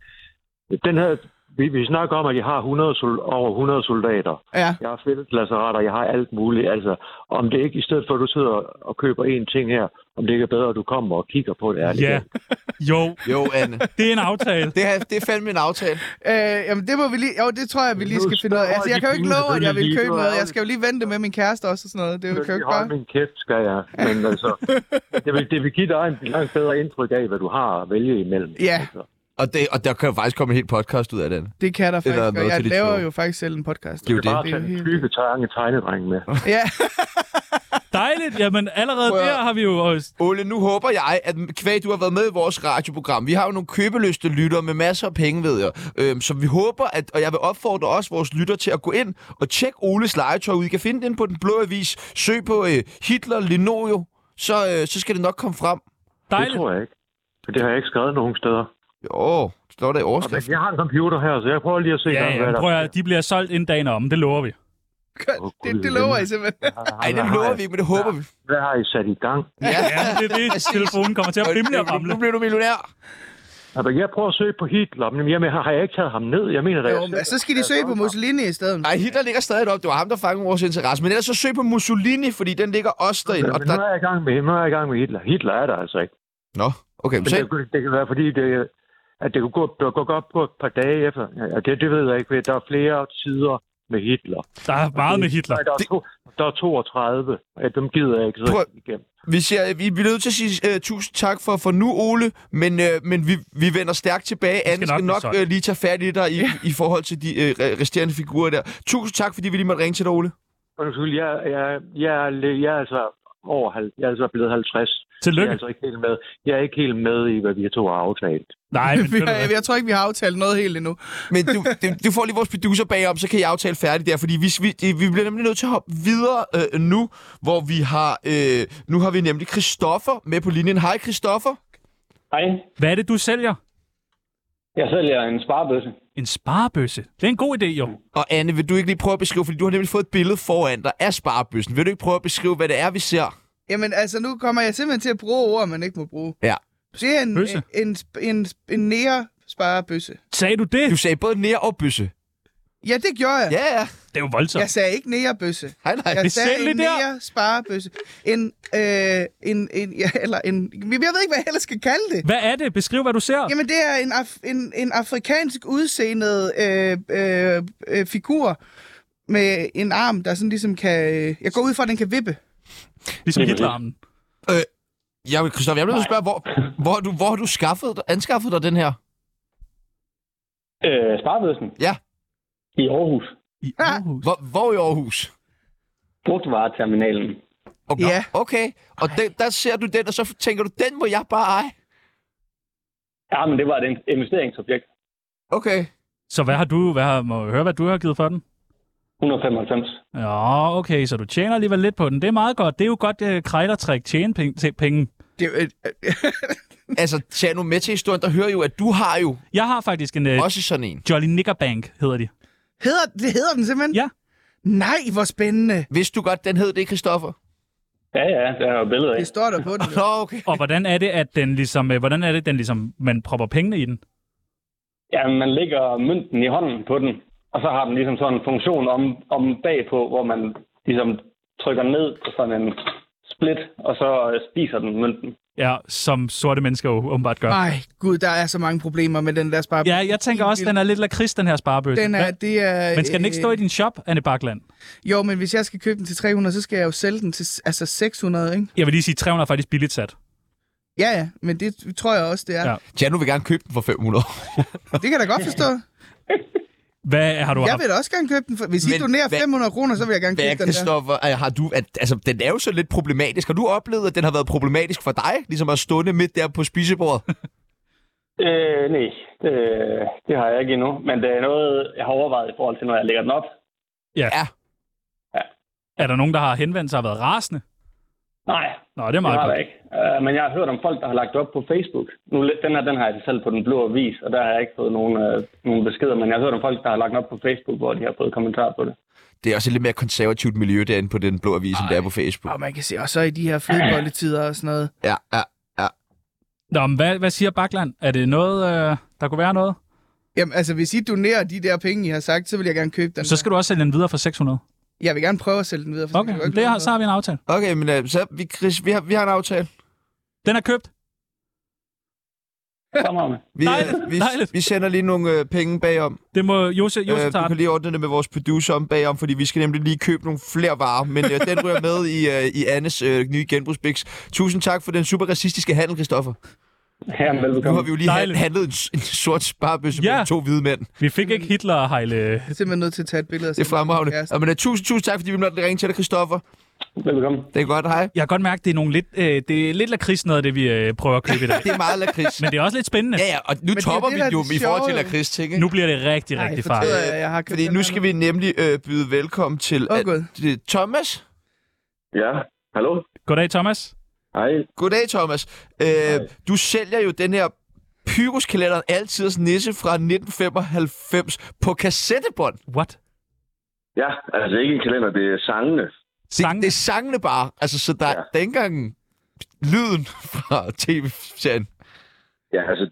Speaker 9: den her, vi, vi snakker om, at jeg har 100, sol- over 100 soldater.
Speaker 2: Ja,
Speaker 9: Jeg har fældeslasserater, jeg har alt muligt. Altså, om det ikke, i stedet for at du sidder og køber én ting her, om det ikke er bedre, at du kommer og kigger på det ærligt.
Speaker 3: Ja. Jo,
Speaker 1: Jo, Anne.
Speaker 3: det er en aftale.
Speaker 1: Det er, det er fandme en aftale.
Speaker 2: øh, jamen det må vi lige, jo, det tror jeg, vi lige
Speaker 9: Nu
Speaker 2: skal finde ud af.
Speaker 9: står
Speaker 2: Altså, jeg
Speaker 9: de
Speaker 2: kan jo ikke
Speaker 9: penge
Speaker 2: love, at jeg vil
Speaker 9: selvfølgelig lige,
Speaker 2: købe
Speaker 9: du er
Speaker 2: noget. Jeg
Speaker 9: ærgerlig.
Speaker 2: skal jo lige vente med min kæreste også og sådan noget. Det er jo
Speaker 9: Jeg
Speaker 2: kan jo
Speaker 9: kan
Speaker 2: ikke
Speaker 9: holde
Speaker 2: bare...
Speaker 9: min kæft, skal jeg. Men altså, det vil, det vil give dig en langt bedre indtryk af, hvad du har at vælge imellem.
Speaker 2: Ja.
Speaker 9: Altså,
Speaker 1: Og, det, og der kan jo faktisk komme en helt podcast ud af den.
Speaker 2: Det kan der faktisk
Speaker 1: Eller
Speaker 2: gøre.
Speaker 1: noget
Speaker 2: Jeg
Speaker 1: til dit
Speaker 2: laver
Speaker 1: show.
Speaker 2: jo faktisk selv en podcast.
Speaker 1: Det er jo
Speaker 9: det er bare
Speaker 1: det.
Speaker 9: at tage
Speaker 2: helt-
Speaker 9: en tykke tange tegnedreng med.
Speaker 2: Ja,
Speaker 3: Dejligt. Jamen, allerede
Speaker 1: Prøv at-
Speaker 3: der har vi jo... øh, også-
Speaker 1: Ole, nu håber jeg, at kvæg, du har været med i vores radioprogram. Vi har jo nogle købeløste lyttere med masser af penge, ved jeg. Øhm, så vi håber, at, og jeg vil opfordre også vores lytter til at gå ind og tjekke Oles legetøj ud. I kan finde den på Den Blå Avis. Søg på øh, Hitler Linojo, så, øh, så skal det nok komme frem.
Speaker 9: Det
Speaker 3: Dejligt.
Speaker 9: tror jeg ikke. For det har jeg ikke skrevet nogen steder.
Speaker 1: Jo, det står der i
Speaker 9: Og men
Speaker 1: overskriften.
Speaker 9: jeg har en computer her, så jeg prøver lige at se,
Speaker 3: Ja,
Speaker 9: hvad
Speaker 3: ja,
Speaker 9: der
Speaker 3: prøv at, de bliver solgt inden dagen om. Det lover vi.
Speaker 2: godt. Det, det lover jeg simpelthen.
Speaker 1: Ej, det lover vi ikke, men det håber vi.
Speaker 9: Hvad har I sat i gang?
Speaker 3: Ja, det er det, telefonen kommer til at bimle og
Speaker 1: Nu
Speaker 3: ramle.
Speaker 1: bliver du millionær.
Speaker 9: Altså, jeg prøver at søge på Hitler, men jamen, har jeg ikke taget ham ned? Jeg mener, da jeg
Speaker 2: Jo, men så skal de søge på Mussolini i stedet.
Speaker 1: Nej, Hitler ligger stadig op. Det var ham, der fangede vores interesse. Men ellers så søg på Mussolini, fordi den ligger også derinde. Og
Speaker 9: Men nu
Speaker 1: der...
Speaker 9: er jeg i gang med, nu er jeg i gang med Hitler. Hitler er der altså ikke.
Speaker 1: Nå, okay. Men
Speaker 9: Men
Speaker 1: se.
Speaker 9: det, kunne- det kan være, fordi det, at det kunne gå, det kunne gå op på et par dage efter. Ja, det, det ved jeg ikke, for der er flere sider med Hitler.
Speaker 3: Der er meget med Hitler.
Speaker 9: Nej, der, er to, der er 32. Ja, dem gider jeg ikke
Speaker 1: Prøv-
Speaker 9: så igennem.
Speaker 1: Vi, siger, øh, vi bliver nødt til at sige uh, tusind tak for, for nu, Ole, men, uh, men vi, vi vender stærkt tilbage. Anne
Speaker 3: nok
Speaker 1: skal
Speaker 3: blive
Speaker 1: nok,
Speaker 3: solgt.
Speaker 1: uh, lige tage fat i dig i, i forhold til de uh, resterende figurer der. Tusind tak, fordi vi lige måtte ringe til dig, Ole.
Speaker 9: Undskyld, jeg, jeg, jeg, er lidt- jeg er altså over halv, jeg er altså blevet 50. Jeg er
Speaker 3: Tillykke.
Speaker 9: altså ikke helt med, jeg er ikke helt med i, hvad vi to har aftalt.
Speaker 3: Nej, men
Speaker 2: Vi
Speaker 3: ved du
Speaker 2: har,
Speaker 3: hvad?
Speaker 2: jeg tror ikke, vi har aftalt noget helt endnu.
Speaker 1: Men du, det- du får lige vores producer bagom, så kan I aftale færdigt der, fordi vi, vi, vi bliver nemlig nødt til at hoppe videre øh, nu, hvor vi har, øh, nu har vi nemlig Christoffer med på linjen. Hej Christoffer.
Speaker 9: Hej,
Speaker 3: Hvad er det, du sælger?
Speaker 9: jeg sælger en sparebøsse.
Speaker 3: En sparebøsse. Det er en god idé, jo.
Speaker 1: Og Anne, vil du ikke lige prøve at beskrive, fordi du har nemlig fået et billede foran dig af sparebøssen. Vil du ikke prøve at beskrive, hvad det er, vi ser?
Speaker 2: Jamen, altså, nu kommer jeg simpelthen til at bruge ord, man ikke må bruge.
Speaker 1: Ja.
Speaker 2: Det er en,
Speaker 3: Bøsse.
Speaker 2: en, en, en, en nære sparebøsse.
Speaker 3: Sagde du det?
Speaker 1: Du sagde både nær og bøsse.
Speaker 2: Ja, det gjorde jeg.
Speaker 1: Ja, ja.
Speaker 3: Det er jo voldsomt.
Speaker 2: Jeg sagde ikke nærebøsse.
Speaker 1: Hej, nej.
Speaker 2: Jeg
Speaker 3: Vi
Speaker 2: sagde
Speaker 3: sælger
Speaker 2: en
Speaker 3: det der.
Speaker 2: nære sparebøsse. En, øh, en, en, ja, eller en, jeg ved ikke, hvad jeg ellers skal kalde det.
Speaker 3: Hvad er det? Beskriv, hvad du ser.
Speaker 2: Jamen, det er en, af, en, en afrikansk udseende øh, øh, øh, figur med en arm, der sådan ligesom kan... Øh, jeg går ud fra, at den kan vippe.
Speaker 3: Ligesom Hitlerarmen.
Speaker 1: Jeg, Christoffer, jeg bliver nødt til at spørge, hvor, hvor, har du, hvor har du skaffet, anskaffet dig den her?
Speaker 9: Øh, sparebøssen?
Speaker 1: Ja.
Speaker 9: I Aarhus.
Speaker 3: I Aarhus.
Speaker 1: Hvor, hvor i Aarhus?
Speaker 9: Brugtvareterminalen.
Speaker 1: Okay.
Speaker 2: Ja.
Speaker 1: Okay, og den, der ser du den, og så tænker du, den må jeg bare eje.
Speaker 9: Ja, men det var et investeringsobjekt.
Speaker 1: Okay.
Speaker 3: Så hvad har du... Hvad har, må jeg høre, hvad du har givet for den?
Speaker 9: 195.
Speaker 3: Ja, okay, så du tjener alligevel lidt på den. Det er meget godt. Det er jo godt uh, krejlertræk, tjene penge, til penge.
Speaker 2: Det, er jo et-
Speaker 1: Altså, tag nu med til historien, der hører jo, at du har jo
Speaker 3: Jeg har faktisk en uh,
Speaker 1: også sådan en.
Speaker 3: Jolly Nickerbank, hedder de.
Speaker 2: hedder, det hedder den simpelthen?
Speaker 3: Ja.
Speaker 2: Nej, hvor spændende.
Speaker 1: Vidste du godt, den hed det, Christoffer?
Speaker 9: Ja, ja, der er jo billeder af.
Speaker 2: Det står der på den.
Speaker 1: Nå, okay.
Speaker 3: Og hvordan er det, at den ligesom, øh, hvordan er det, den ligesom, man propper pengene i den?
Speaker 9: Ja, man lægger mønten i hånden på den, og så har den ligesom sådan en funktion om, om bagpå, hvor man ligesom trykker ned på sådan en split, og så øh, spiser den mønten.
Speaker 3: Ja, som sorte mennesker jo åbenbart gør.
Speaker 2: Nej, gud, der er så mange problemer med den der sparebøsse.
Speaker 3: Ja, jeg tænker også, den er lidt lakrids, den her sparebøsse.
Speaker 2: Den er, det er,
Speaker 3: Men skal den ikke stå i
Speaker 2: øh,
Speaker 3: din shop, Anne Bakland?
Speaker 2: Jo, men hvis jeg skal købe den til 300, så skal jeg jo sælge den til altså 600, ikke?
Speaker 3: Jeg vil lige sige, 300 er faktisk billigt sat.
Speaker 2: Ja, ja, men det tror jeg også, det er.
Speaker 3: Ja.
Speaker 2: Ja.
Speaker 1: Tja, nu vil jeg gerne købe den for 500.
Speaker 2: Det kan jeg da godt forstå.
Speaker 3: Hvad har du
Speaker 2: Jeg
Speaker 3: haft?
Speaker 2: vil da også gerne købe den. For, hvis I
Speaker 1: Men
Speaker 2: donerer
Speaker 1: hvad-
Speaker 2: 500 kroner, så vil jeg gerne
Speaker 1: Hvad,
Speaker 2: købe den der.
Speaker 1: Christoffer, øh, har du... At, altså, den er jo så lidt problematisk. Har du oplevet, at den har været problematisk for dig? Ligesom at stående midt der på spisebordet?
Speaker 9: Øh, nej, det, det har jeg ikke endnu. Men det er noget, jeg har overvejet i forhold til, når jeg lægger den op.
Speaker 3: Er der nogen, der har henvendt sig og været rasende?
Speaker 9: Nej,
Speaker 3: Nå, det er
Speaker 9: det
Speaker 3: meget
Speaker 9: har
Speaker 3: godt.
Speaker 9: jeg ikke. Øh, men jeg har hørt om folk, der har lagt det op på Facebook. Nu, læ- den her, den har jeg selv på den blå avis, og der har jeg ikke fået nogen, øh, nogen beskeder. Men jeg har hørt om folk, der har lagt den op på Facebook, hvor de har fået kommentarer på det.
Speaker 1: Det er også et lidt mere konservativt miljø derinde på den blå avis, end det er på Facebook.
Speaker 2: Og man kan se, og så i de her flødebolletider og sådan noget.
Speaker 1: Ja, ja.
Speaker 3: Nå, men hvad, hvad siger Bakland? Er det noget, øh, der kunne være noget?
Speaker 2: Jamen, altså, hvis I donerer de der penge, I har sagt, så vil jeg gerne købe den.
Speaker 3: Så skal du også sælge den videre for 600.
Speaker 2: der. Jeg vil gerne prøve at sælge den videre. For
Speaker 3: Okay,
Speaker 2: jeg kan jo
Speaker 3: det har,
Speaker 2: ikke
Speaker 3: så har vi en aftale.
Speaker 1: Okay, men øh, så vi, Chris, vi, har, vi har en aftale.
Speaker 3: Den er købt.
Speaker 9: Kommer med.
Speaker 1: Vi, øh,
Speaker 3: Dejligt,
Speaker 1: vi,
Speaker 3: dejligt.
Speaker 1: vi sender lige nogle øh, penge bagom.
Speaker 3: Det må Jose, Jose
Speaker 1: Øh, du
Speaker 3: øh, tager
Speaker 1: kan
Speaker 3: den.
Speaker 1: lige ordne det med vores producer om bagom, fordi vi skal nemlig lige købe nogle flere varer, men øh, den ryger med i, øh, i Annes øh, nye genbrugsbiks. Tusind tak for den super racistiske handel, Christoffer.
Speaker 9: Jamen,
Speaker 1: Nu
Speaker 9: velbekomme.
Speaker 1: har vi jo lige han-
Speaker 3: Dejligt.
Speaker 1: handlet en, s- en sort sparebøsse
Speaker 3: Ja.
Speaker 1: med to hvide mænd.
Speaker 3: Vi fik ikke Hitler og Heile.
Speaker 2: Jeg er simpelthen nødt til at tage et billede. og
Speaker 1: Det er
Speaker 2: sende
Speaker 1: fremragende.
Speaker 2: til kæresten.
Speaker 1: Ja, men, øh, tusind, tusind tak, fordi vi måtte ringe til dig, Christoffer.
Speaker 9: Velbekomme.
Speaker 1: Det er godt, hej.
Speaker 3: Jeg kan godt mærke, det er, nogle lidt, øh, det er lidt lakrids noget af det, vi øh, prøver at købe i dag.
Speaker 1: Det er meget lakrids.
Speaker 3: Men det er også lidt spændende.
Speaker 1: Ja, ja, og nu
Speaker 2: det er
Speaker 1: topper
Speaker 2: det,
Speaker 1: vi
Speaker 2: der er
Speaker 1: jo
Speaker 2: det
Speaker 1: i forhold til
Speaker 2: sjove, jo.
Speaker 1: lakrids-ting,
Speaker 3: Nu
Speaker 1: ikke?
Speaker 3: bliver det rigtig, rigtig
Speaker 2: Ej,
Speaker 3: farligt.
Speaker 2: fortryder jeg, jeg har købt
Speaker 1: Fordi
Speaker 2: den
Speaker 1: nu
Speaker 2: her
Speaker 1: skal
Speaker 2: nu.
Speaker 1: vi nemlig øh, byde velkommen til
Speaker 2: Åh,
Speaker 1: at,
Speaker 2: Gud.
Speaker 1: til Thomas.
Speaker 9: Ja, hallo?
Speaker 3: Goddag, Thomas.
Speaker 9: Hej.
Speaker 1: Goddag, Thomas. Øh, du sælger jo den her Pyrus-kalenderen Altiders Nisse fra 1995 på kassettebånd.
Speaker 3: What?
Speaker 9: Ja, altså ikke en kalender, det er sangene.
Speaker 1: Det,
Speaker 3: Sangen.
Speaker 1: det er sangene bare. Altså, så der ja. er dengang lyden fra tv-serien.
Speaker 9: Ja, altså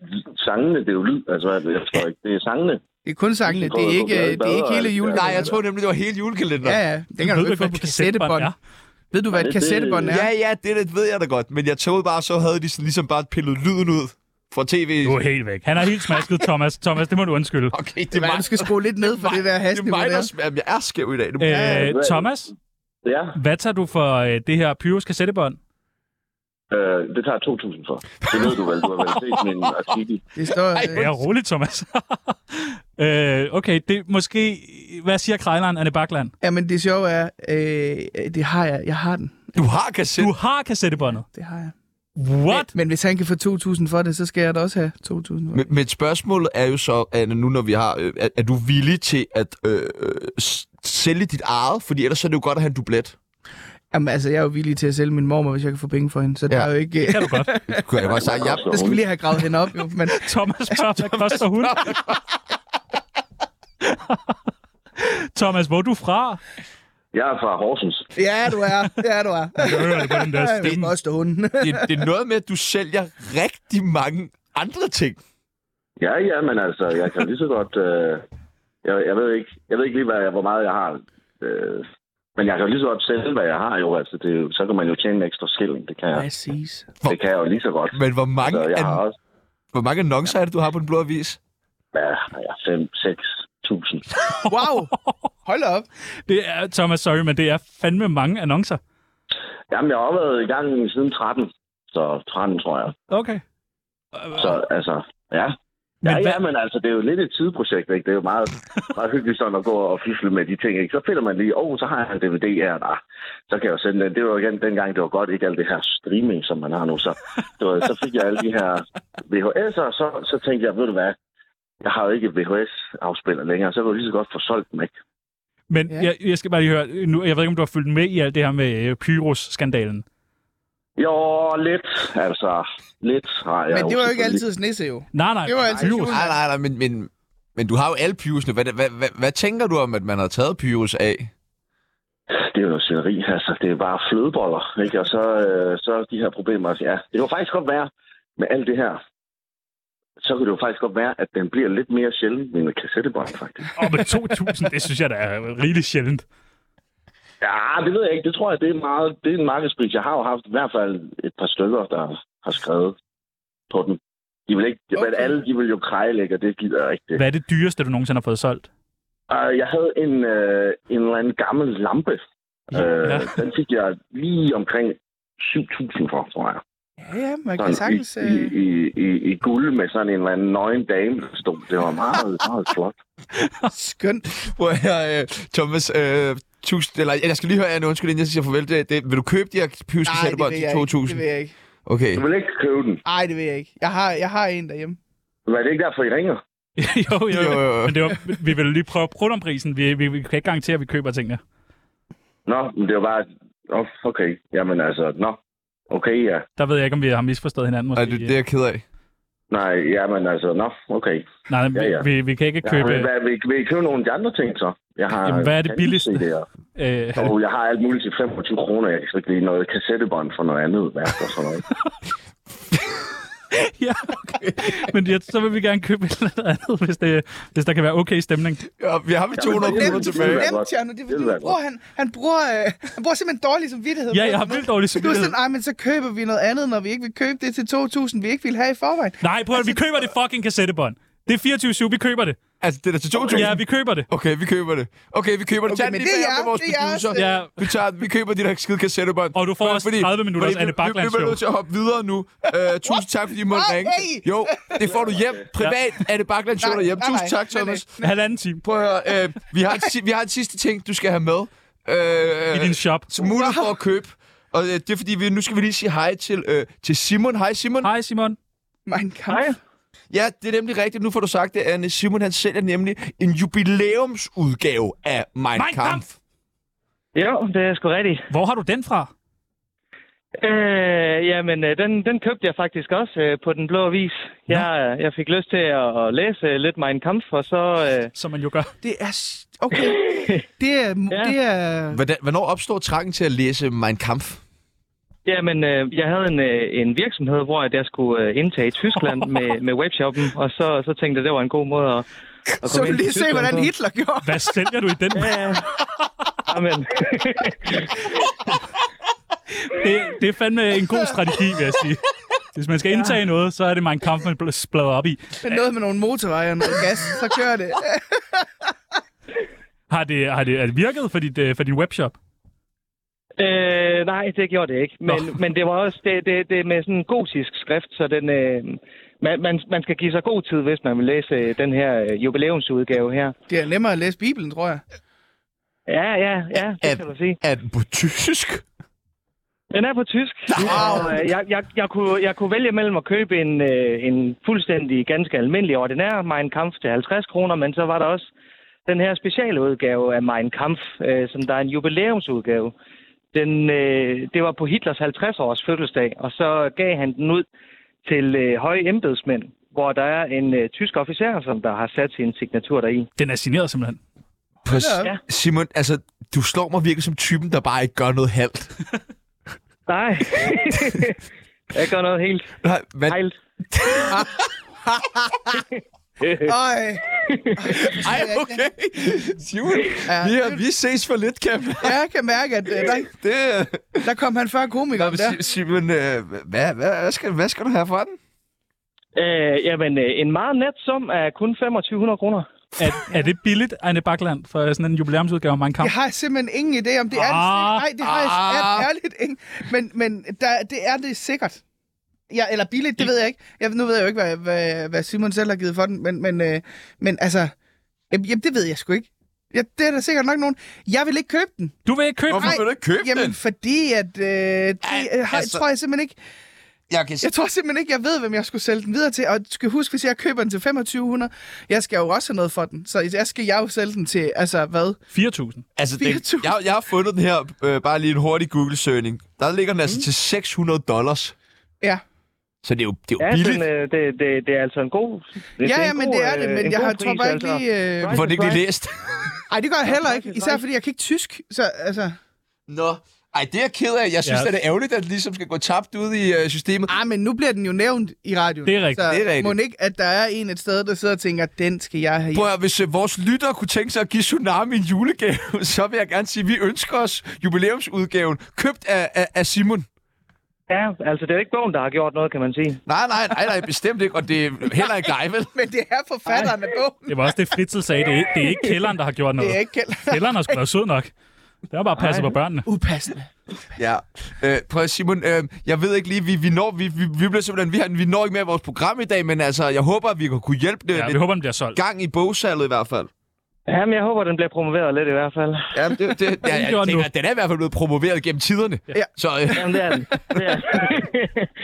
Speaker 9: sangene, det er jo lyd. Altså, jeg tror ikke, det er sangene.
Speaker 2: Det er kun sangene. Det er ikke, øh, det er ikke hele julen.
Speaker 1: Nej, jeg tror nemlig, det var hele julekalenderen.
Speaker 2: Ja, ja. Den kan du ikke få på kassettebånd.
Speaker 3: er?
Speaker 2: Ved du, hvad et
Speaker 9: det- det-
Speaker 2: kassettebånd er?
Speaker 1: ja, ja det, det ved jeg da godt. Men jeg tog bare, så havde de sådan ligesom bare pillet lyden ud fra tv.
Speaker 3: Du er helt væk. Han er helt smasket, Thomas. Thomas, det må du undskylde.
Speaker 1: Okay, det
Speaker 2: Det
Speaker 1: er
Speaker 2: var,
Speaker 1: mig,
Speaker 2: du skal skrue lidt ned for det der
Speaker 1: det er
Speaker 2: hasniveau
Speaker 1: mig
Speaker 2: der.
Speaker 1: der sm- Jamen, jeg er skæv i dag. Det, øh.
Speaker 3: Øh,
Speaker 9: hvad-
Speaker 3: Thomas,
Speaker 9: Ja,
Speaker 3: hvad tager du for øh, det her Pyrus kassettebånd?
Speaker 9: øh, det tager 2.000 for. Det ved du vel, du har vel set min artikel.
Speaker 2: Det står... øh,
Speaker 3: Ja, roligt, Thomas. øh, okay, det er måske... Hvad siger Krejleren, Anne Bakland?
Speaker 2: Ja, men det sjove er, øh, det har jeg. Jeg har den.
Speaker 1: Du har kasset.
Speaker 3: Du har kassettebåndet.
Speaker 2: Det har jeg.
Speaker 3: What?
Speaker 2: Men hvis han kan få 2.000 for det, så skal jeg da også have 2.000 for det.
Speaker 1: Men, men spørgsmålet er jo så, Anne, nu når vi har... Øh, er, er du villig til at øh, øh, s- sælge dit eget? Fordi ellers så er det jo godt at have en dublet.
Speaker 2: Jamen altså, jeg er jo villig til at sælge min mormor, hvis jeg kan få penge for hende. Så ja. der
Speaker 1: Ja.
Speaker 2: er jo ikke... øh,
Speaker 3: Kan du godt.
Speaker 1: Det kunne jeg godt sige. Jeg,
Speaker 9: Altså,
Speaker 2: Der skal vi lige have gravet hende op, jo. Men
Speaker 3: Thomas spørger, hvad koster hun? Thomas, hvor er du fra?
Speaker 9: Jeg er fra Horsens.
Speaker 2: ja, du er. Ja, du er.
Speaker 3: Jeg hører det på den der
Speaker 2: Det
Speaker 3: stemme.
Speaker 2: er også hunden.
Speaker 1: det, det er noget med, at du sælger rigtig mange andre ting.
Speaker 9: Ja, ja, men altså, jeg kan lige så godt... Øh, jeg, jeg, ved ikke, jeg ved ikke lige, hvad, jeg- hvor meget jeg har. Øh, men jeg kan jo lige så godt sælge, hvad jeg har jo. Altså, det, er jo- så kan man jo tjene en ekstra skilling. Det kan jeg,
Speaker 2: Præcis.
Speaker 9: det kan jeg jo lige så godt.
Speaker 1: Men hvor mange,
Speaker 9: Så Altså, jeg har
Speaker 1: an,
Speaker 9: også
Speaker 1: hvor mange annoncer er det, du har på den blå avis?
Speaker 9: ja, 5-6.000.
Speaker 2: Wow! Hold da op.
Speaker 3: Det er, Thomas, sorry, men det er fandme mange annoncer.
Speaker 9: Jamen, jeg har også været i gang siden 13. Så 13, tror jeg.
Speaker 3: Okay.
Speaker 9: Så altså, ja.
Speaker 3: Men
Speaker 9: Men ja,
Speaker 3: hvad-
Speaker 9: ja, men altså, det er jo lidt et tideprojekt, ikke? Det er jo meget, meget hyggeligt sådan at gå og fifle med de ting, ikke? Så finder man lige, åh, oh, så har jeg en DVD her, der. Så kan jeg jo sende den. Det var jo igen dengang, det var godt, ikke alt det her streaming, som man har nu. Så, det var, så fik jeg alle de her VHS'er, og så, så tænkte jeg, ved du hvad, jeg har jo ikke VHS-afspiller længere, så kan jeg jo lige så godt få solgt dem, ikke?
Speaker 3: Men
Speaker 2: Ja.
Speaker 3: jeg, jeg skal bare lige høre, nu, jeg ved ikke, om du har fulgt med i alt det her med øh, Pyros-skandalen.
Speaker 9: Jo, lidt, altså, lidt har jeg
Speaker 2: Men det var jo ikke
Speaker 9: selvfølgelig.
Speaker 2: altid snisse, jo.
Speaker 3: Nej, nej.
Speaker 2: Det var altid
Speaker 3: Pyros.
Speaker 2: sjovt.
Speaker 1: Nej, nej, nej, men, men, men du har jo alle pyrusene. Hvad, hvad, hvad, hvad tænker du om, at man har taget pyrus af?
Speaker 9: Det er jo noget sceneri, altså. Det er bare flødeboller, ikke? Og så, øh, så de her problemer. Ja, det kan jo faktisk godt være, med alt det her, så kan det jo faktisk godt være, at den bliver lidt mere sjældent end en kassettebånd, faktisk.
Speaker 3: Åh, men 2.000, det synes jeg, der er rigeligt sjældent.
Speaker 9: Ja, det ved jeg ikke. Det tror jeg, det er, meget, det er en markedspris. Jeg har jo haft i hvert fald et par stykker, der har skrevet på den. De vil ikke, okay. men
Speaker 2: Okay.
Speaker 9: alle de vil jo krejlægge, og det gider jeg ikke. Det.
Speaker 3: Hvad er det dyreste, du nogensinde har fået solgt?
Speaker 9: Uh, jeg havde en, øh, en eller anden gammel lampe.
Speaker 3: Ja.
Speaker 9: Øh,
Speaker 3: Ja.
Speaker 9: Den fik jeg lige omkring 7.000 for, tror jeg.
Speaker 2: Ja, ja, man kan
Speaker 9: sådan
Speaker 2: sagtens...
Speaker 9: i, i,
Speaker 2: Øh...
Speaker 9: i, i, i guld med sådan en eller anden nøgen dame, der stod. Det var meget, meget flot.
Speaker 2: Skønt.
Speaker 1: Hvor jeg, øh, Thomas, øh, tusind, eller jeg skal lige høre, Anne, undskyld, inden jeg siger farvel. Det, det, vil du købe de her pyrus
Speaker 2: Nej, det
Speaker 1: kassettebånd
Speaker 2: vil
Speaker 1: til
Speaker 2: jeg ikke. Det
Speaker 1: 2.000?
Speaker 2: vil jeg ikke.
Speaker 1: Okay.
Speaker 9: Du vil ikke købe den.
Speaker 2: Ej, det vil jeg ikke. Jeg har, jeg har en derhjemme.
Speaker 9: Var det ikke derfor, I ringer?
Speaker 3: jo, jo,
Speaker 1: Jo, jo,
Speaker 3: jo.
Speaker 1: jo.
Speaker 3: Men det var, vi vil lige prøve at prøve om prisen. Vi, vi, vi kan ikke garantere, at vi køber tingene.
Speaker 9: Nå, men det var bare... Nå, okay. Jamen altså, nå. Okay, ja.
Speaker 3: Der ved jeg ikke, om vi har misforstået hinanden. Måske.
Speaker 1: Ej, det, det er jeg ked af.
Speaker 9: Nej, jamen altså, nå, okay.
Speaker 3: Nej, nej,
Speaker 9: Ja, ja.
Speaker 3: Vi, vi kan ikke
Speaker 9: Ja,
Speaker 3: købe...
Speaker 9: men hvad, vil, I- vil I købe nogle af de andre ting, så? Jeg har
Speaker 3: øh, Jamen, hvad er det billigste?
Speaker 9: Der.
Speaker 3: Øh,
Speaker 9: Og jeg har alt muligt til 25 kroner. Jeg kan så ikke lige noget kassettebånd for noget andet værk og sådan noget.
Speaker 3: ja, okay. Men ja, så vil vi gerne købe et eller andet, hvis, det, hvis der kan være okay stemning.
Speaker 1: Ja, vi har med
Speaker 9: Ja,
Speaker 1: 200
Speaker 9: men-
Speaker 1: kroner
Speaker 2: Nemt,
Speaker 1: tilbage.
Speaker 9: være
Speaker 2: nemt,
Speaker 9: godt.
Speaker 2: Tjerno. Det er
Speaker 9: Det
Speaker 2: fordi,
Speaker 9: vil
Speaker 2: han
Speaker 9: være
Speaker 2: bruger, han, han, bruger, øh, han bruger simpelthen dårlig samvittighed.
Speaker 3: Ja,
Speaker 2: på
Speaker 3: jeg har
Speaker 2: den.
Speaker 3: vildt dårlig
Speaker 2: Du er sådan,
Speaker 3: samvittighed.
Speaker 2: nej, men så køber vi noget andet, når vi ikke vil købe det til 2.000, vi ikke vil have i forvejen.
Speaker 3: Nej, prøv at
Speaker 2: Altså-
Speaker 3: vi køber det fucking kassettebånd. Det er 24-7, vi køber det.
Speaker 1: Altså, det er til 2.000?
Speaker 3: Ja, vi køber det.
Speaker 1: Okay, vi køber det. Okay, vi køber det.
Speaker 2: Okay,
Speaker 1: Tag den
Speaker 2: men
Speaker 1: lige
Speaker 2: det er
Speaker 1: bag om
Speaker 2: jeres-
Speaker 1: med vores
Speaker 2: det er jeres,
Speaker 1: producer.
Speaker 2: øh,
Speaker 3: Ja,
Speaker 1: Vi, tager, vi køber de der skide kassettebånd.
Speaker 3: Og du får også 30 minutters Anne
Speaker 1: Vi
Speaker 3: Bachlands
Speaker 1: bliver
Speaker 3: show.
Speaker 1: nødt til at hoppe videre nu. Uh, tusind tak, fordi I måtte
Speaker 2: Nej!
Speaker 1: ringe. Jo, det får du hjem. Privat Anne Bachland show
Speaker 2: Nej,
Speaker 1: derhjemme.
Speaker 2: nej,
Speaker 1: Tusind
Speaker 2: nej,
Speaker 1: tak,
Speaker 2: nej, nej.
Speaker 1: Thomas.
Speaker 3: Halvanden time
Speaker 1: Prøv at høre, øh, vi, har en, si- vi har en sidste ting, du skal have med. Øh,
Speaker 3: i din shop.
Speaker 1: Som mulighed for at købe. Og øh, det er fordi, vi, nu skal vi lige sige hej til, øh, til Simon. Hej Simon.
Speaker 3: Hej, Simon.
Speaker 2: Mein Kampf.
Speaker 1: Ja, det er nemlig rigtigt. Nu får du sagt det, Anne. Simon han sælger nemlig en jubilæumsudgave af Mein,
Speaker 3: Mein
Speaker 1: Kampf.
Speaker 3: Kampf.
Speaker 10: Jo, det er sgu rigtigt.
Speaker 3: Hvor har du den fra?
Speaker 10: Øh, jamen, øh, den, den købte jeg faktisk også øh, på Den Blå Avis. Jeg, øh, jeg fik lyst til at, at læse øh, lidt Mein Kampf, og så... Øh,
Speaker 3: Som man jo gør.
Speaker 2: Det er... s- Okay. Det er...
Speaker 10: Ja.
Speaker 2: Det er
Speaker 1: Hvordan, hvornår opstår trangen til at læse Mein Kampf?
Speaker 10: jamen, øh, jeg havde en, øh, en virksomhed, hvor at jeg skulle øh, indtage i Tyskland med, med webshoppen, og så, så tænkte jeg, det var en god måde at, at
Speaker 2: så vil du
Speaker 10: ind til
Speaker 2: lige se,
Speaker 10: Tyskland
Speaker 2: hvordan
Speaker 10: på.
Speaker 2: Hitler gjorde.
Speaker 3: Hvad sælger du i den?
Speaker 10: Ja, ja. Jamen.
Speaker 3: Det, det er fandme en god strategi, vil jeg sige. Hvis man skal indtage noget, så er det Mein Kampf, man bl- bladrer op i.
Speaker 2: Men noget med nogle motorveje og noget gas, så kører det.
Speaker 3: Har det, har det, er det virket for, dit, øh, for din webshop?
Speaker 10: Øh, nej, det gjorde det ikke. Men,
Speaker 3: Nå.
Speaker 10: men det var også det, det, det med sådan en gotisk skrift, så den, øh, man, man, man skal give sig god tid, hvis man vil læse øh, den her øh, jubilæumsudgave her.
Speaker 2: Det er nemmere at læse Bibelen, tror jeg.
Speaker 10: Ja, ja, ja, det
Speaker 1: At-
Speaker 10: kan du sige.
Speaker 1: Er den på tysk?
Speaker 10: Den er på tysk. Og, øh, jeg, jeg, jeg, kunne, jeg kunne vælge mellem at købe en, øh, en fuldstændig ganske almindelig ordinær Mein Kampf til 50 kroner, men så var der også den her speciale udgave af Mein Kampf, øh, som der er en jubilæumsudgave. Den, øh, det var på Hitlers 50-års fødselsdag, og så gav han den ud til øh, høje embedsmænd, hvor der er en øh, tysk officer, som der har sat sin signatur deri.
Speaker 3: Den er signeret simpelthen.
Speaker 1: Pres-
Speaker 10: Ja.
Speaker 1: ja. Simon, altså, du slår mig virkelig som typen, der bare ikke gør noget halvt.
Speaker 10: Nej. jeg gør noget helt.
Speaker 1: Nej, hvad?
Speaker 10: Helt.
Speaker 2: Ej.
Speaker 1: Ej, okay. Simon, ja, vi, har, vi ses for lidt, kan jeg
Speaker 2: Ja, jeg kan mærke, at øh, der,
Speaker 1: det,
Speaker 2: der kom han før komikeren der.
Speaker 1: Sim- Simon, øh, hvad, hvad, hvad, skal, hvad skal du have for den?
Speaker 10: Øh, jamen, øh, en meget net sum af kun 2500 kroner.
Speaker 3: Er, er det billigt, Ejne Bakland, for sådan en jubilæumsudgave af Mein Kampf?
Speaker 2: Jeg har simpelthen ingen idé om det er det sikkert.
Speaker 3: Ah,
Speaker 2: Nej, det har jeg
Speaker 1: ah.
Speaker 2: ah, ærligt ikke. Men, men der, det er det sikkert. Ja, eller billigt, det ved jeg ikke. Jeg, nu ved jeg jo ikke, hvad, hvad, hvad Simon selv har givet for den, men, men, øh, men altså, jamen, jamen, det ved jeg sgu ikke. Ja, det er der sikkert nok nogen. Jeg vil ikke købe den.
Speaker 3: Du vil ikke købe
Speaker 1: Hvorfor
Speaker 3: den?
Speaker 2: Ej,
Speaker 1: vil du ikke købe
Speaker 2: Jamen,
Speaker 1: den?
Speaker 2: fordi at... Øh, det,
Speaker 1: Ej,
Speaker 2: Ej, har,
Speaker 1: altså-
Speaker 2: tror jeg simpelthen ikke...
Speaker 1: Jeg kan
Speaker 2: Jeg tror simpelthen ikke, jeg ved, hvem jeg skulle sælge den videre til. Og du skal huske, hvis jeg køber den til 2500, jeg skal jo også have noget for den. Så jeg skal jeg jo sælge den til, altså hvad?
Speaker 3: 4.000.
Speaker 1: Altså, den,
Speaker 2: 4.000.
Speaker 1: jeg, jeg har fundet den her, øh, bare lige en hurtig Google-søgning. Der ligger den altså
Speaker 10: Mm.
Speaker 1: til 600 dollars.
Speaker 2: Ja.
Speaker 1: Så det er jo, det er jo
Speaker 10: Ja,
Speaker 1: billigt.
Speaker 10: den, øh, det, det, det er altså en god... Det,
Speaker 2: Ja,
Speaker 10: en
Speaker 2: ja, men
Speaker 10: god,
Speaker 2: det er det,
Speaker 10: øh,
Speaker 2: men
Speaker 10: en
Speaker 2: jeg
Speaker 10: god
Speaker 2: har, tror bare ikke
Speaker 10: altså.
Speaker 2: lige... Øh...
Speaker 1: Får den ikke lige læst?
Speaker 2: Ej, det gør jeg heller ikke. Især fordi jeg kan ikke tysk. Så, altså...
Speaker 1: Nå. Ej, det er jeg ked af. Jeg synes,
Speaker 3: Ja.
Speaker 1: ja. det er ærgerligt, at det ligesom skal gå tabt ud i øh, systemet.
Speaker 2: Ah, men nu bliver den jo nævnt i radioen.
Speaker 3: Det er rigtigt.
Speaker 2: Så
Speaker 1: Det er rigtigt.
Speaker 2: Må ikke, at der er en et sted, der sidder og tænker, den skal jeg have
Speaker 1: Prøv
Speaker 2: hjem.
Speaker 1: at, høre, hvis øh, vores lyttere kunne tænke sig at give Tsunami en julegave, så vil jeg gerne sige, at vi ønsker os jubilæumsudgaven, købt af, af, af Simon.
Speaker 10: Ja, altså det er jo ikke bogen, der har gjort noget, kan man sige.
Speaker 1: Nej, nej, nej, nej, bestemt ikke, og det er heller ikke dig, vel?
Speaker 2: Men det er forfatteren af bogen.
Speaker 3: Det var også det, Fritzel sagde. Det er, ikke- det er ikke kælderen, der har gjort noget.
Speaker 2: Det er ikke kendt.
Speaker 3: Kælderen har sgu været sød nok. Det har bare passet på børnene.
Speaker 2: Upassende.
Speaker 1: Ja. Øh, prøv at Simon, øh, jeg ved ikke lige, vi, vi, når, vi, vi, vi bliver simpelthen, vi, har, vi når ikke mere vores program i dag, men altså, jeg håber, at vi kan kunne hjælpe det
Speaker 3: Ja,
Speaker 1: ja,
Speaker 3: vi
Speaker 1: lidt
Speaker 3: håber, den bliver solgt.
Speaker 1: gang i bogsalget i hvert fald.
Speaker 10: Jamen, jeg håber, den bliver promoveret lidt i hvert fald.
Speaker 1: Ja, det, det, ja, jeg
Speaker 3: gjorde den
Speaker 1: tænker,
Speaker 3: nu.
Speaker 1: at den er i hvert fald blevet promoveret gennem tiderne.
Speaker 2: Ja.
Speaker 1: Så øh,
Speaker 10: Jamen, det er den. Det er den.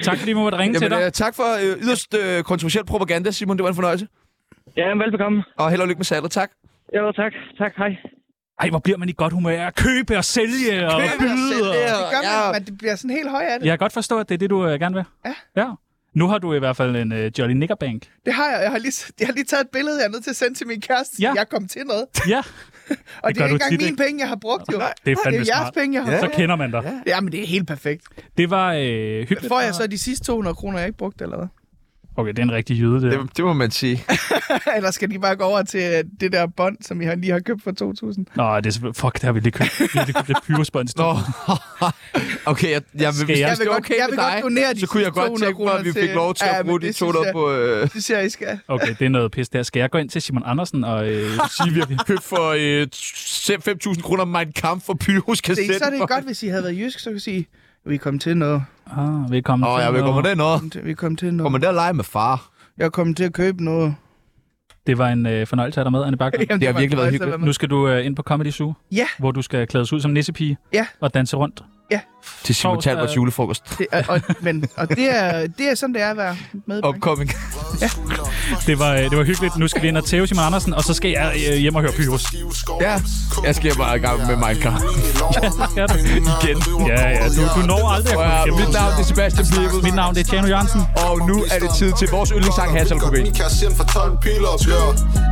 Speaker 3: Tak fordi vi måtte ringe til
Speaker 1: jamen,
Speaker 3: dig.
Speaker 1: øh, tak for øh, yderst øh, kontroversiel propaganda, Simon. Det var en fornøjelse.
Speaker 10: Jamen, velbekomme.
Speaker 1: Og held og lykke med salget. Tak.
Speaker 10: Jo, tak. Tak, hej.
Speaker 3: Ej, hvor bliver man i godt humør af at købe og sælge og
Speaker 1: Købe og
Speaker 3: byde.
Speaker 1: sælge
Speaker 3: Og...
Speaker 1: og-
Speaker 2: Det gør
Speaker 1: Ja.
Speaker 2: man, men det bliver sådan helt høj af det.
Speaker 3: Jeg kan godt forstå, at det er det, du øh, gerne vil.
Speaker 2: Ja.
Speaker 3: ja. Nu har du i hvert fald en øh, Jolly Nickerbank.
Speaker 2: Det har jeg. Jeg har, lige, jeg har lige taget et billede, jeg er nødt til at sende til min kæreste.
Speaker 3: Ja.
Speaker 2: Ja. Jeg kom til noget.
Speaker 3: Ja,
Speaker 2: Og det,
Speaker 3: gør
Speaker 2: er
Speaker 3: du
Speaker 2: ikke engang
Speaker 3: tit,
Speaker 2: mine
Speaker 3: ikke?
Speaker 2: penge, jeg har brugt jo.
Speaker 3: det er
Speaker 2: Det
Speaker 3: fandme
Speaker 2: er jeres
Speaker 3: smart.
Speaker 2: penge, jeg har
Speaker 3: Så
Speaker 2: brugt.
Speaker 3: kender man dig.
Speaker 2: Jamen, det er helt perfekt.
Speaker 3: Det var øh, hyggeligt.
Speaker 2: Får jeg så de sidste 200 kroner, jeg ikke brugte, eller hvad?
Speaker 3: Okay, det er en rigtig jyde, det.
Speaker 1: Det, det må man sige.
Speaker 2: Eller skal de bare gå over til øh, det der bånd, som I har- lige har købt for 2.000?
Speaker 3: Nå, det er selvfølgelig... Fuck, det har vi lige købt. Vi har lige købt lidt pyrospons.
Speaker 1: Nå, okay, jeg, jeg, vil,
Speaker 3: Skal jeg-
Speaker 1: hvis det
Speaker 2: Jeg vil
Speaker 1: er
Speaker 2: godt-
Speaker 1: okay
Speaker 2: jeg
Speaker 1: med
Speaker 2: vil godt
Speaker 1: dig,
Speaker 2: donere de
Speaker 1: så kunne jeg godt
Speaker 2: 200
Speaker 1: tænke mig, at vi
Speaker 2: kroner
Speaker 1: fik
Speaker 2: til-
Speaker 1: lov til
Speaker 2: Ja,
Speaker 1: at
Speaker 2: men
Speaker 1: bruge de
Speaker 2: det
Speaker 1: 200
Speaker 2: synes
Speaker 1: på... Øh,
Speaker 2: Det siger jeg, I skal.
Speaker 3: Okay, det er noget pis der. Skal jeg gå ind til Simon Andersen og øh, sige virkelig?
Speaker 1: købt for øh, 5.000 kroner Mein Kampf for Pyros
Speaker 2: Det,
Speaker 1: kassetten.
Speaker 2: så er det godt, hvis I havde været jysk, så kunne I sige, vi kom til noget.
Speaker 3: Ah, velkommen.
Speaker 1: Åh, oh,
Speaker 3: til
Speaker 1: jeg vil
Speaker 3: noget.
Speaker 1: komme den over.
Speaker 2: Vi kom til
Speaker 1: Kommer
Speaker 2: noget.
Speaker 1: der og lege med far?
Speaker 2: Jeg kom til at købe noget.
Speaker 3: Det var en øh, fornøjelse at have dig med, Anne Bakker.
Speaker 2: Jamen,
Speaker 1: har
Speaker 2: var
Speaker 1: virkelig været
Speaker 2: en fornøjelse at være
Speaker 3: Nu skal du øh, ind på Comedy Zoo,
Speaker 2: med. Ja,
Speaker 3: hvor du skal klædes ud som nissepige
Speaker 2: Ja.
Speaker 3: og danse rundt.
Speaker 1: Til Simon
Speaker 3: Torsdag-
Speaker 1: Talberts julefrokost.
Speaker 2: det, og, og, men, og det, er, det er sådan, det er at være med.
Speaker 1: Upcoming.
Speaker 3: Det var, øh, det var hyggeligt. Nu skal vi ind og tæve Simon Andersen, og så skal jeg øh, hjem og høre Pyros.
Speaker 1: Ja, jeg skal bare i gang med Mein Kampf.
Speaker 3: Ja, du.
Speaker 1: Igen.
Speaker 3: ja, ja. Du, du når aldrig at
Speaker 1: Prøv at
Speaker 3: komme
Speaker 1: høre,
Speaker 3: igennem.
Speaker 1: Mit navn er Sebastian Blivet.
Speaker 3: Mit navn det er Tjano Jørgensen.
Speaker 1: Og nu er det tid til vores yndlingssang, Hassel på
Speaker 11: Min kasse for 12 pilots gør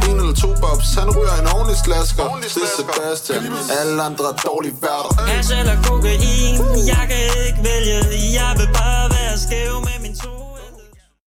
Speaker 11: En eller to bobs, han ryger en ordentlig slasker Det er Sebastian, alle andre er dårlige værter
Speaker 12: Hash eller kokain Jeg kan ikke vælge Jeg vil bare være skæv med